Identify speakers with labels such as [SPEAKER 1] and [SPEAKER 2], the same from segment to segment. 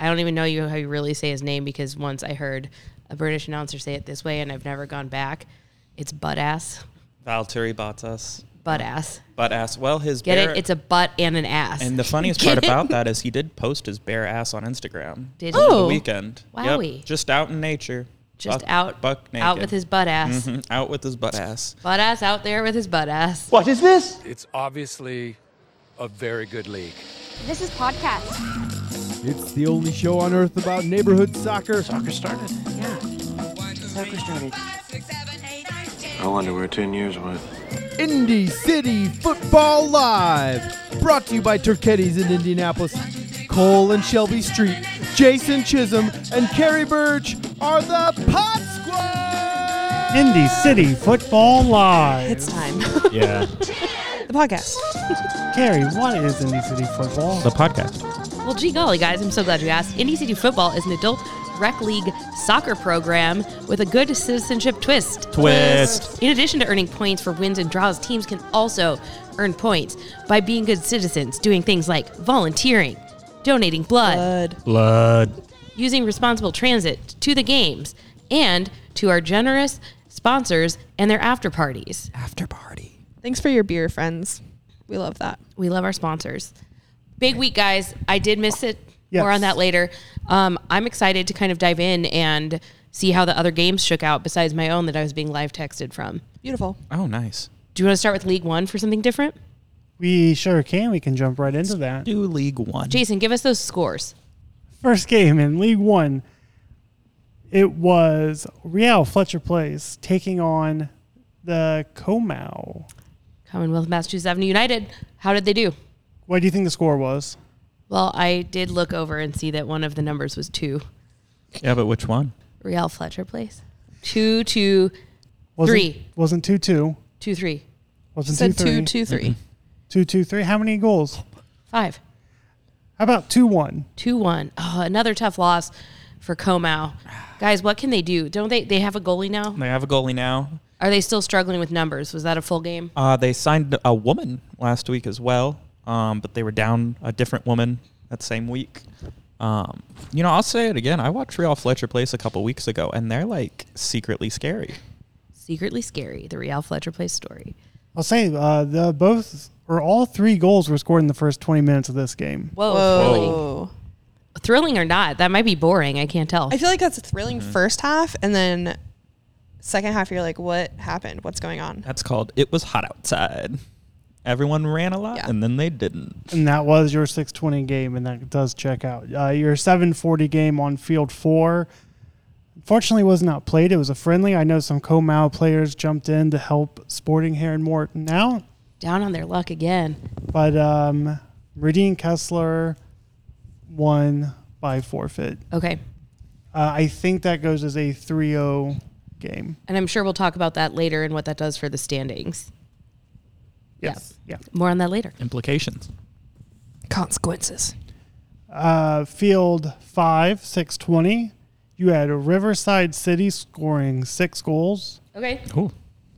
[SPEAKER 1] I don't even know you how you really say his name because once I heard a British announcer say it this way, and I've never gone back. It's butt ass,
[SPEAKER 2] Valtteri Bottas.
[SPEAKER 1] butt ass.
[SPEAKER 2] Butt ass. Well, his
[SPEAKER 1] Get
[SPEAKER 2] bare,
[SPEAKER 1] it? It's a butt and an ass.
[SPEAKER 2] and the funniest part about that is he did post his bare ass on Instagram.
[SPEAKER 1] Did
[SPEAKER 2] over
[SPEAKER 1] he?
[SPEAKER 2] the
[SPEAKER 1] Oh.
[SPEAKER 2] weekend?
[SPEAKER 1] Wowie.
[SPEAKER 2] Just out in nature.
[SPEAKER 1] just
[SPEAKER 2] Buck-
[SPEAKER 1] out,
[SPEAKER 2] Buck naked.
[SPEAKER 1] out with his butt ass,
[SPEAKER 2] Mhm, out with his butt ass.
[SPEAKER 1] butt ass out there with his butt ass.
[SPEAKER 3] What is this?
[SPEAKER 4] It's obviously a very good league.
[SPEAKER 5] This is podcast.
[SPEAKER 6] It's the only show on earth about neighborhood soccer.
[SPEAKER 7] I wonder where 10 years went.
[SPEAKER 6] Indy City Football Live. Brought to you by Turketti's in Indianapolis. Cole and Shelby Street, Jason Chisholm, and Kerry Birch are the Pod Squad.
[SPEAKER 8] Indy City Football Live.
[SPEAKER 1] It's time.
[SPEAKER 9] Yeah.
[SPEAKER 1] the podcast.
[SPEAKER 8] Carrie, what is Indy City Football?
[SPEAKER 9] the podcast.
[SPEAKER 1] Well, gee golly, guys, I'm so glad you asked. Indy City Football is an adult rec league soccer program with a good citizenship twist.
[SPEAKER 9] Twist.
[SPEAKER 1] In addition to earning points for wins and draws, teams can also earn points by being good citizens, doing things like volunteering, donating
[SPEAKER 10] Uh.
[SPEAKER 1] blood.
[SPEAKER 9] Blood.
[SPEAKER 1] using responsible transit to the games, and to our generous sponsors and their after parties.
[SPEAKER 2] After party.
[SPEAKER 10] Thanks for your beer, friends. We love that.
[SPEAKER 1] We love our sponsors. Big week, guys. I did miss it.
[SPEAKER 8] Yes.
[SPEAKER 1] More on that later. Um, I'm excited to kind of dive in and see how the other games shook out besides my own that I was being live texted from.
[SPEAKER 10] Beautiful.
[SPEAKER 2] Oh, nice.
[SPEAKER 1] Do you want to start with League One for something different?
[SPEAKER 8] We sure can. We can jump right into that.
[SPEAKER 2] Do League One.
[SPEAKER 1] Jason, give us those scores.
[SPEAKER 8] First game in League One, it was Real Fletcher Place taking on the Comau.
[SPEAKER 1] Commonwealth Massachusetts Avenue United. How did they do?
[SPEAKER 8] What do you think the score was?
[SPEAKER 1] Well, I did look over and see that one of the numbers was two.
[SPEAKER 2] Yeah, but which one?
[SPEAKER 1] Real Fletcher Place. Two two
[SPEAKER 8] Wasn't,
[SPEAKER 1] Three.
[SPEAKER 8] Wasn't 2 2.
[SPEAKER 1] two three
[SPEAKER 8] Wasn't
[SPEAKER 10] Said
[SPEAKER 8] 2
[SPEAKER 10] two,
[SPEAKER 8] 3.
[SPEAKER 10] two, three.
[SPEAKER 8] 2 2 3. How many goals?
[SPEAKER 1] five.
[SPEAKER 8] How about 2 1?
[SPEAKER 1] two one. Oh, another tough loss for Comau. Guys, what can they do? Don't they? They have a goalie now.
[SPEAKER 2] They have a goalie now.
[SPEAKER 1] Are they still struggling with numbers? Was that a full game?
[SPEAKER 2] Uh, they signed a woman last week as well, um, but they were down a different woman that same week. Um, you know, I'll say it again. I watched Real Fletcher Place a couple weeks ago, and they're like secretly scary.
[SPEAKER 1] Secretly scary. The Real Fletcher Place story.
[SPEAKER 8] I'll say uh, the both or all three goals were scored in the first 20 minutes of this game.
[SPEAKER 1] Whoa, thrilling.
[SPEAKER 10] Whoa.
[SPEAKER 1] Thrilling or not? That might be boring. I can't tell.
[SPEAKER 10] I feel like that's a thrilling first half, and then second half, you're like, what happened? What's going on?
[SPEAKER 2] That's called It Was Hot Outside. Everyone ran a lot,
[SPEAKER 10] Yeah.
[SPEAKER 2] and then they didn't.
[SPEAKER 8] And that was your 620 game, and that does check out. Uh, your 740 game on field four, fortunately, was not played. It was a friendly. I know some Comau players jumped in to help Sporting Heron Morton out,
[SPEAKER 1] Down on their luck again.
[SPEAKER 8] but um, Meridian Kessler won by forfeit.
[SPEAKER 1] Okay,
[SPEAKER 8] Uh, I think that goes as a 3 0 game.
[SPEAKER 1] and I'm sure we'll talk about that later and what that does for the standings.
[SPEAKER 8] Yes. Yeah.
[SPEAKER 1] More on that later.
[SPEAKER 2] Implications.
[SPEAKER 10] Consequences.
[SPEAKER 8] Uh, field five, 620. You had Riverside City scoring six goals.
[SPEAKER 1] Okay.
[SPEAKER 2] Ooh.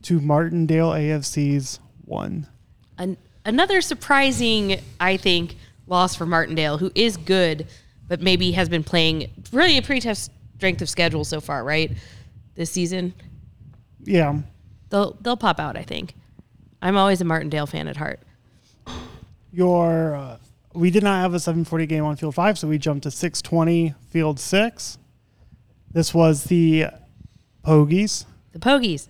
[SPEAKER 8] to Martindale AFC's one.
[SPEAKER 1] An- another surprising, I think, loss for Martindale, who is good, but maybe has been playing really a pretty tough strength of schedule so far, right? This season,
[SPEAKER 8] Yeah.
[SPEAKER 1] they'll they'll pop out. I think. I'm always a Martindale fan at heart.
[SPEAKER 8] Your uh, we did not have a 740 game on field 5, so we jumped to 620 field 6. This was the Pogies
[SPEAKER 1] The Pogies.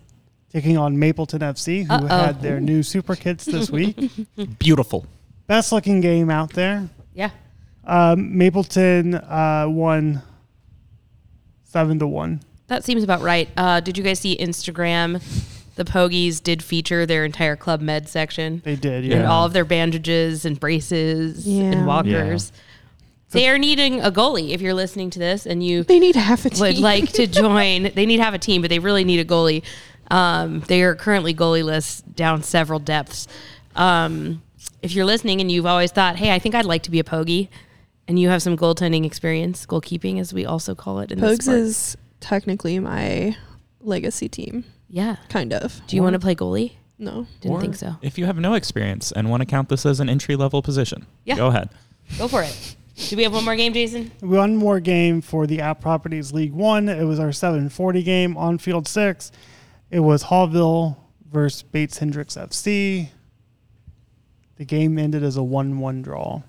[SPEAKER 8] taking on Mapleton FC who
[SPEAKER 1] Uh-oh.
[SPEAKER 8] had their new super kits this week.
[SPEAKER 2] Beautiful.
[SPEAKER 8] Best looking game out there.
[SPEAKER 1] Yeah.
[SPEAKER 8] Um, Mapleton uh, won 7 to 1.
[SPEAKER 1] That seems about right. Uh, did you guys see Instagram? The Pogies did feature their entire club med section
[SPEAKER 8] They did. Yeah.
[SPEAKER 1] and all of their bandages and braces
[SPEAKER 10] Yeah.
[SPEAKER 1] and walkers. They are needing a goalie if you're listening to this and you
[SPEAKER 10] They need half a team.
[SPEAKER 1] would like to join, they need to have a team, but they really need a goalie. Um, they are currently goalieless down several depths. Um, if you're listening and you've always thought, hey, I think I'd like to be a pogie, and you have some goaltending experience, goalkeeping, as we also call it in this
[SPEAKER 10] Pogues
[SPEAKER 1] sport.
[SPEAKER 10] is technically my legacy team,
[SPEAKER 1] yeah.
[SPEAKER 10] kind of.
[SPEAKER 1] Do you want to play goalie?
[SPEAKER 10] No.
[SPEAKER 1] Didn't think so.
[SPEAKER 2] If you have no experience and want to count this as an entry level position,
[SPEAKER 1] Yeah.
[SPEAKER 2] go ahead.
[SPEAKER 1] Go for it. Do we have one more game, Jason?
[SPEAKER 8] One more game for the App Properties League One. It was our 740 game on field six. It was Hallville versus Bates Hendricks FC. The game ended as a 1 1 draw.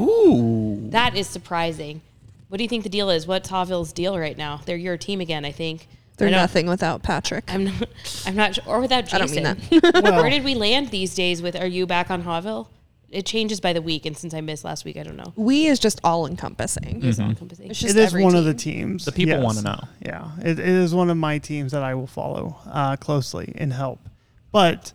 [SPEAKER 2] Ooh.
[SPEAKER 1] That is surprising. What do you think the deal is? What's Hawville's deal right now? They're your team again, I think.
[SPEAKER 10] They're
[SPEAKER 1] I don't-
[SPEAKER 10] nothing without Patrick.
[SPEAKER 1] I'm not. I'm not sure. Or without
[SPEAKER 10] I
[SPEAKER 1] Jason.
[SPEAKER 10] don't mean
[SPEAKER 8] Well,
[SPEAKER 1] Where did we land these days? With are you back on Hawville? It changes by the week, and since I missed last week, I don't know.
[SPEAKER 8] Mm-hmm.
[SPEAKER 10] we is just all encompassing.
[SPEAKER 1] Encompassing.
[SPEAKER 10] It's
[SPEAKER 8] it is
[SPEAKER 10] just every
[SPEAKER 8] one of
[SPEAKER 10] team.
[SPEAKER 8] the teams.
[SPEAKER 2] The people wanna know.
[SPEAKER 8] Yeah, it, it is one of my teams that I will follow uh, closely and help. But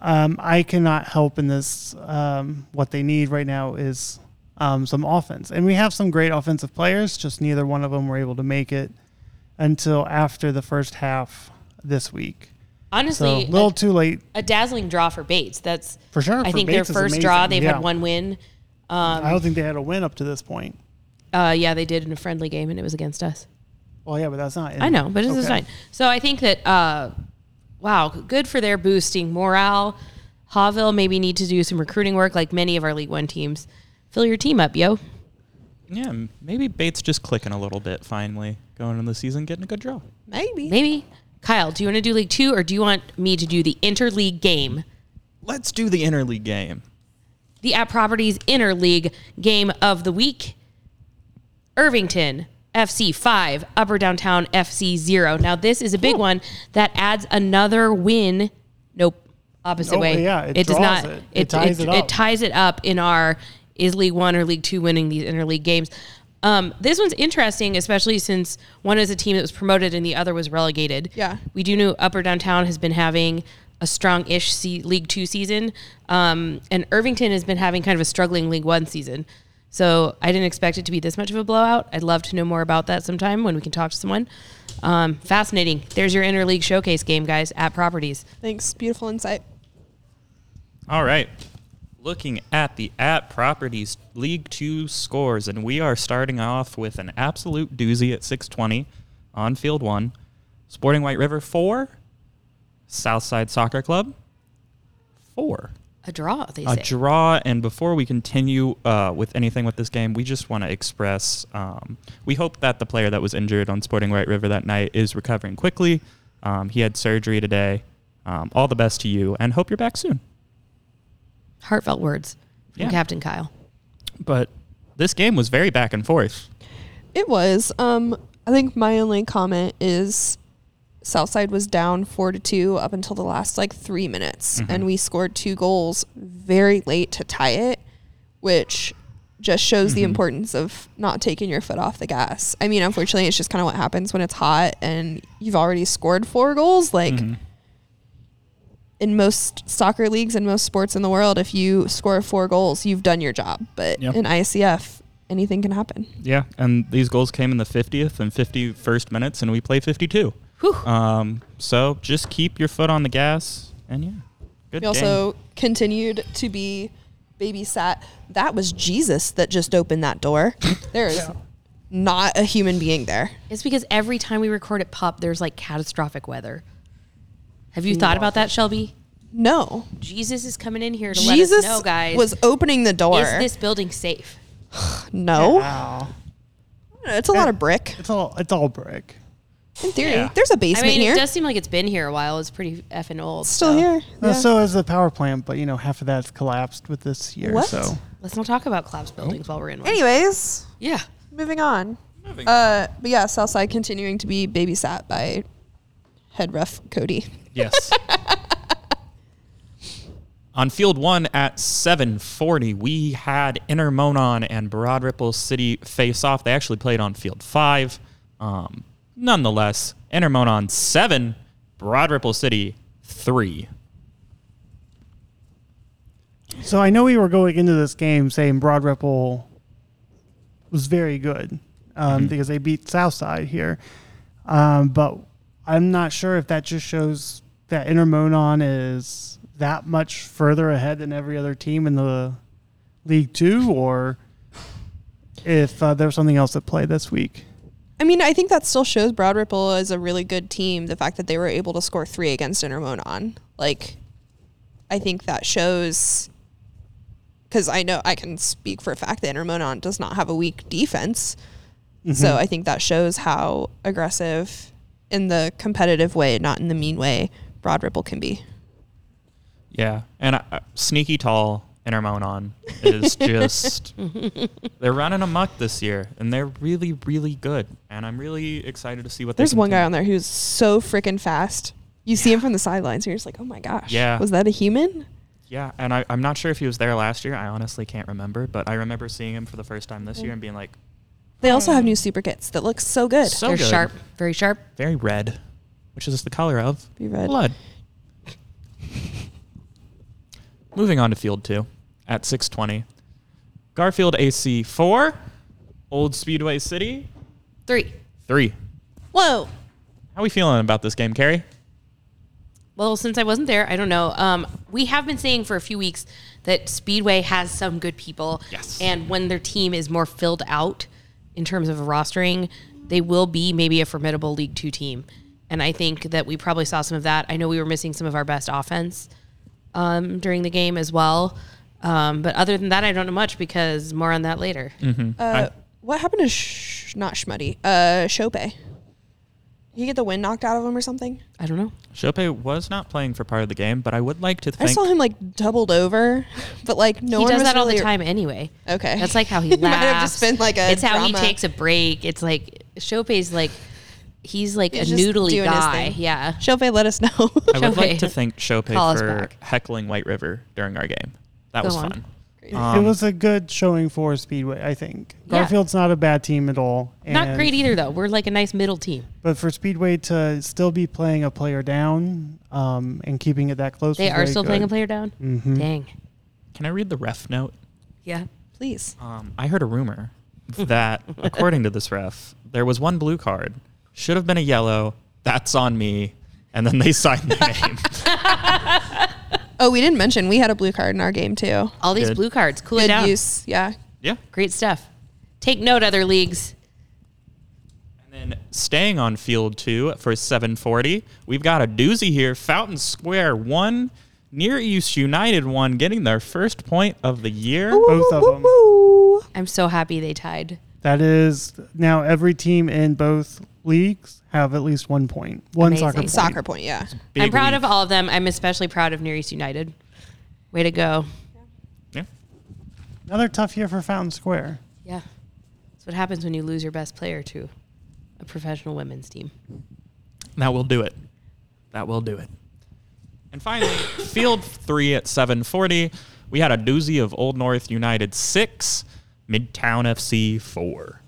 [SPEAKER 8] um, I cannot help in this. Um, what they need right now is um, some offense, and we have some great offensive players. Just neither one of them were able to make it until after the first half this week. So a
[SPEAKER 1] Honestly,
[SPEAKER 8] little too late.
[SPEAKER 1] a, a dazzling draw for Bates. That's
[SPEAKER 8] For sure,
[SPEAKER 1] I
[SPEAKER 8] for
[SPEAKER 1] think
[SPEAKER 8] Bates
[SPEAKER 1] their
[SPEAKER 8] is
[SPEAKER 1] first draw.
[SPEAKER 8] amazing,
[SPEAKER 1] They've
[SPEAKER 8] yeah.
[SPEAKER 1] had one win.
[SPEAKER 8] I
[SPEAKER 1] um,
[SPEAKER 8] don't think they had a win up to this point.
[SPEAKER 1] Uh, yeah, they did in a friendly game, and it was against us.
[SPEAKER 8] Well, yeah, but that's not.
[SPEAKER 1] I know, but it's
[SPEAKER 8] Mm-hmm. Okay.
[SPEAKER 1] is fine. So I think that uh, wow, good for their boosting morale. Hawville maybe need to do some recruiting work, like many of our League One teams. Fill your team up, yo.
[SPEAKER 2] Yeah, m- maybe Bates just clicking a little bit finally, going into the season, getting a good draw.
[SPEAKER 10] Maybe.
[SPEAKER 1] Maybe Kyle, do you want to do League Two, or do you want me to do the interleague game?
[SPEAKER 2] Let's do the interleague game.
[SPEAKER 1] the at properties interleague game of the week irvington fc 5 upper downtown fc 0 now this is a big one that adds another win nope opposite
[SPEAKER 8] Nope,
[SPEAKER 1] way
[SPEAKER 8] Oh, yeah,
[SPEAKER 1] does
[SPEAKER 8] it draws
[SPEAKER 1] not
[SPEAKER 8] it. It ties it up.
[SPEAKER 1] ties it up in our is league one or league two winning these interleague games um, this one's interesting, especially since one is a team that was promoted and the other was relegated.
[SPEAKER 10] Yeah.
[SPEAKER 1] We do know Upper Downtown has been having a strong ish se- League Two season, um, and Irvington has been having kind of a struggling League One season. So I didn't expect it to be this much of a blowout. I'd love to know more about that sometime when we can talk to someone. Um, fascinating. There's your interleague showcase game, guys, at properties.
[SPEAKER 10] Thanks. Beautiful insight.
[SPEAKER 2] All right. Looking at the at properties League Two scores, and we are starting off with an absolute doozy at 620 on field one. Sporting White River four. Southside Soccer Club four.
[SPEAKER 1] A draw, they
[SPEAKER 2] a
[SPEAKER 1] say.
[SPEAKER 2] draw. And before we continue uh, with anything with this game, we just want to express um, we hope that the player that was injured on Sporting Right River that night is recovering quickly. Um, he had surgery today. Um, all the best to you, and hope you're back soon.
[SPEAKER 1] Heartfelt words from
[SPEAKER 2] Yeah.
[SPEAKER 1] Captain Kyle.
[SPEAKER 2] But this game was very back and forth.
[SPEAKER 10] It was. Um, I think my only comment is Southside was down four to two up until the last like three minutes, and we scored two goals very late to tie it, which just shows the importance of not taking your foot off the gas. I mean, unfortunately, it's just kind of what happens when it's hot and you've already scored four goals. Like in most soccer leagues and most sports in the world, if you score four goals, you've done your job. But
[SPEAKER 2] Yep.
[SPEAKER 10] in ICF, anything can happen.
[SPEAKER 2] Yeah, and these goals came in the 50th and 51st minutes, and we play 52. Um, so just keep your foot on the gas, and yeah, good.
[SPEAKER 10] We also continued to be babysat. That was Jesus that just opened that door. There is not a human being there.
[SPEAKER 1] It's because every time we record at Pop, there's like catastrophic weather. Have you thought about that, Shelby?
[SPEAKER 10] No.
[SPEAKER 1] Jesus is coming in here to let
[SPEAKER 10] Jesus
[SPEAKER 1] us know, guys.
[SPEAKER 10] was opening the door.
[SPEAKER 1] is this building safe?
[SPEAKER 10] no.
[SPEAKER 8] Wow,
[SPEAKER 10] It's a lot of brick.
[SPEAKER 8] it's all it's all brick.
[SPEAKER 10] In theory, there's a
[SPEAKER 1] I
[SPEAKER 10] basement
[SPEAKER 1] mean,
[SPEAKER 10] here.
[SPEAKER 1] it does seem like it's been here a while. It's pretty effing old.
[SPEAKER 10] It's still
[SPEAKER 1] so.
[SPEAKER 10] here.
[SPEAKER 8] Uh,
[SPEAKER 10] Yeah.
[SPEAKER 8] So is the power plant, but you know half of that's collapsed with this year.
[SPEAKER 10] What?
[SPEAKER 8] So
[SPEAKER 1] Let's not talk about collapsed buildings while we're in one.
[SPEAKER 10] Anyways,
[SPEAKER 1] Yeah.
[SPEAKER 10] moving on. Uh, but yeah, Southside continuing to be babysat by head ref Cody.
[SPEAKER 2] Yes. On field one at 7:40, we had Inner Monon and Broad Ripple City face off. They actually played on field five. Um, nonetheless, Inner Monon seven, Broad Ripple City three.
[SPEAKER 8] So I know we were going into this game saying Broad Ripple was very good um, because they beat Southside here, um, but I'm not sure if that just shows that Intermonon is that much further ahead than every other team in the League Two, or if uh, there's something else at play this week.
[SPEAKER 10] I mean, I think that still shows Broad Ripple is a really good team. The fact that they were able to score three against Intermonon, like, I think that shows because I know I can speak for a fact that Intermonon does not have a weak defense. So I think that shows how aggressive in the competitive way, not in the mean way, Broad Ripple can be.
[SPEAKER 2] Yeah, and uh, sneaky tall Intermonon is just they're running amok this year, and they're really really good. And I'm really excited to see what they
[SPEAKER 10] There's
[SPEAKER 2] can
[SPEAKER 10] one
[SPEAKER 2] do.
[SPEAKER 10] guy on there who's so freaking fast. You see him from the sidelines, you're just like, oh my gosh.
[SPEAKER 2] Yeah.
[SPEAKER 10] Was that a human?
[SPEAKER 2] Yeah, and I, I'm not sure if he was there last year. I honestly can't remember, but I remember seeing him for the first time this year and being like,
[SPEAKER 10] They also have new super kits that look so good.
[SPEAKER 2] so
[SPEAKER 1] They're
[SPEAKER 2] good.
[SPEAKER 1] sharp, very sharp.
[SPEAKER 2] very red, which is the color of
[SPEAKER 10] Be red.
[SPEAKER 2] blood. Moving on to field two at 6:20, Garfield AC four, Old Speedway City
[SPEAKER 1] Three.
[SPEAKER 2] three.
[SPEAKER 1] Whoa.
[SPEAKER 2] How we feeling about this game, Carrie?
[SPEAKER 1] Well, since I wasn't there, I don't know. Um, we have been saying for a few weeks that Speedway has some good people.
[SPEAKER 2] Yes.
[SPEAKER 1] And when their team is more filled out in terms of rostering, they will be maybe a formidable League Two team. And I think that we probably saw some of that. I know we were missing some of our best offense um, during the game as well. Um, but other than that, I don't know much because more on that later.
[SPEAKER 10] Uh, what happened to sh- not Schmuddy? Uh, Chope. Did he get the wind knocked out of him or something?
[SPEAKER 1] I don't know.
[SPEAKER 2] Chope was not playing for part of the game, but I would like to
[SPEAKER 10] I
[SPEAKER 2] thank.
[SPEAKER 10] saw him like doubled over, but like no
[SPEAKER 1] he
[SPEAKER 10] one
[SPEAKER 1] does
[SPEAKER 10] was
[SPEAKER 1] that all the
[SPEAKER 10] really-
[SPEAKER 1] time anyway.
[SPEAKER 10] Okay,
[SPEAKER 1] That's like how he laughs.
[SPEAKER 10] might have just been like a.
[SPEAKER 1] It's how he
[SPEAKER 10] drama.
[SPEAKER 1] takes a break. It's like Chope's like he's like
[SPEAKER 10] He's
[SPEAKER 1] a
[SPEAKER 10] just
[SPEAKER 1] noodly
[SPEAKER 10] doing his
[SPEAKER 1] guy.
[SPEAKER 10] thing.
[SPEAKER 1] Yeah.
[SPEAKER 10] Chope, let us know.
[SPEAKER 2] I would like
[SPEAKER 1] Chope.
[SPEAKER 2] to thank Chope
[SPEAKER 1] Call us
[SPEAKER 2] for
[SPEAKER 1] back.
[SPEAKER 2] heckling White River during our game. That
[SPEAKER 1] Go
[SPEAKER 2] was
[SPEAKER 1] on.
[SPEAKER 2] fun.
[SPEAKER 8] it
[SPEAKER 2] Um,
[SPEAKER 8] was a good showing for Speedway, I think.
[SPEAKER 1] Yeah.
[SPEAKER 8] Garfield's not a bad team at all.
[SPEAKER 1] Not
[SPEAKER 8] and-
[SPEAKER 1] great either though. We're like a nice middle team.
[SPEAKER 8] But for Speedway to still be playing a player down um, and keeping it that close,
[SPEAKER 1] They
[SPEAKER 8] was
[SPEAKER 1] are
[SPEAKER 8] very
[SPEAKER 1] still playing a
[SPEAKER 8] good.
[SPEAKER 1] player down. Dang.
[SPEAKER 2] Can I read the ref note?
[SPEAKER 1] Yeah.
[SPEAKER 10] Please.
[SPEAKER 2] Um, I heard a rumor that, according to this ref, there was one blue card. Should have been a yellow. That's on me. And then they signed the name.
[SPEAKER 10] Oh, we didn't mention we had a blue card in our game too.
[SPEAKER 1] All these
[SPEAKER 2] Good.
[SPEAKER 1] blue cards. Cool it
[SPEAKER 10] Good
[SPEAKER 1] down.
[SPEAKER 10] use, yeah.
[SPEAKER 2] yeah.
[SPEAKER 1] Great stuff. Take note, other leagues.
[SPEAKER 2] And then staying on field two for 740, we've got a doozy here. Fountain Square one, Near East United one, getting their first point of the year.
[SPEAKER 8] Both of them.
[SPEAKER 1] I'm so happy they tied.
[SPEAKER 8] That is now every team in both leagues have at least one point, one
[SPEAKER 1] Amazing.
[SPEAKER 8] soccer point.
[SPEAKER 10] Soccer point, yeah.
[SPEAKER 1] I'm
[SPEAKER 2] Big
[SPEAKER 1] proud
[SPEAKER 2] league.
[SPEAKER 1] of all of them. I'm especially proud of Near East United. Way to go.
[SPEAKER 2] Yeah.
[SPEAKER 8] Another tough year for Fountain Square.
[SPEAKER 1] Yeah. That's what happens when you lose your best player to a professional women's team.
[SPEAKER 2] That will do it. That will do it. And finally, field three at 740, we had a doozy of Old North United six, Midtown FC four.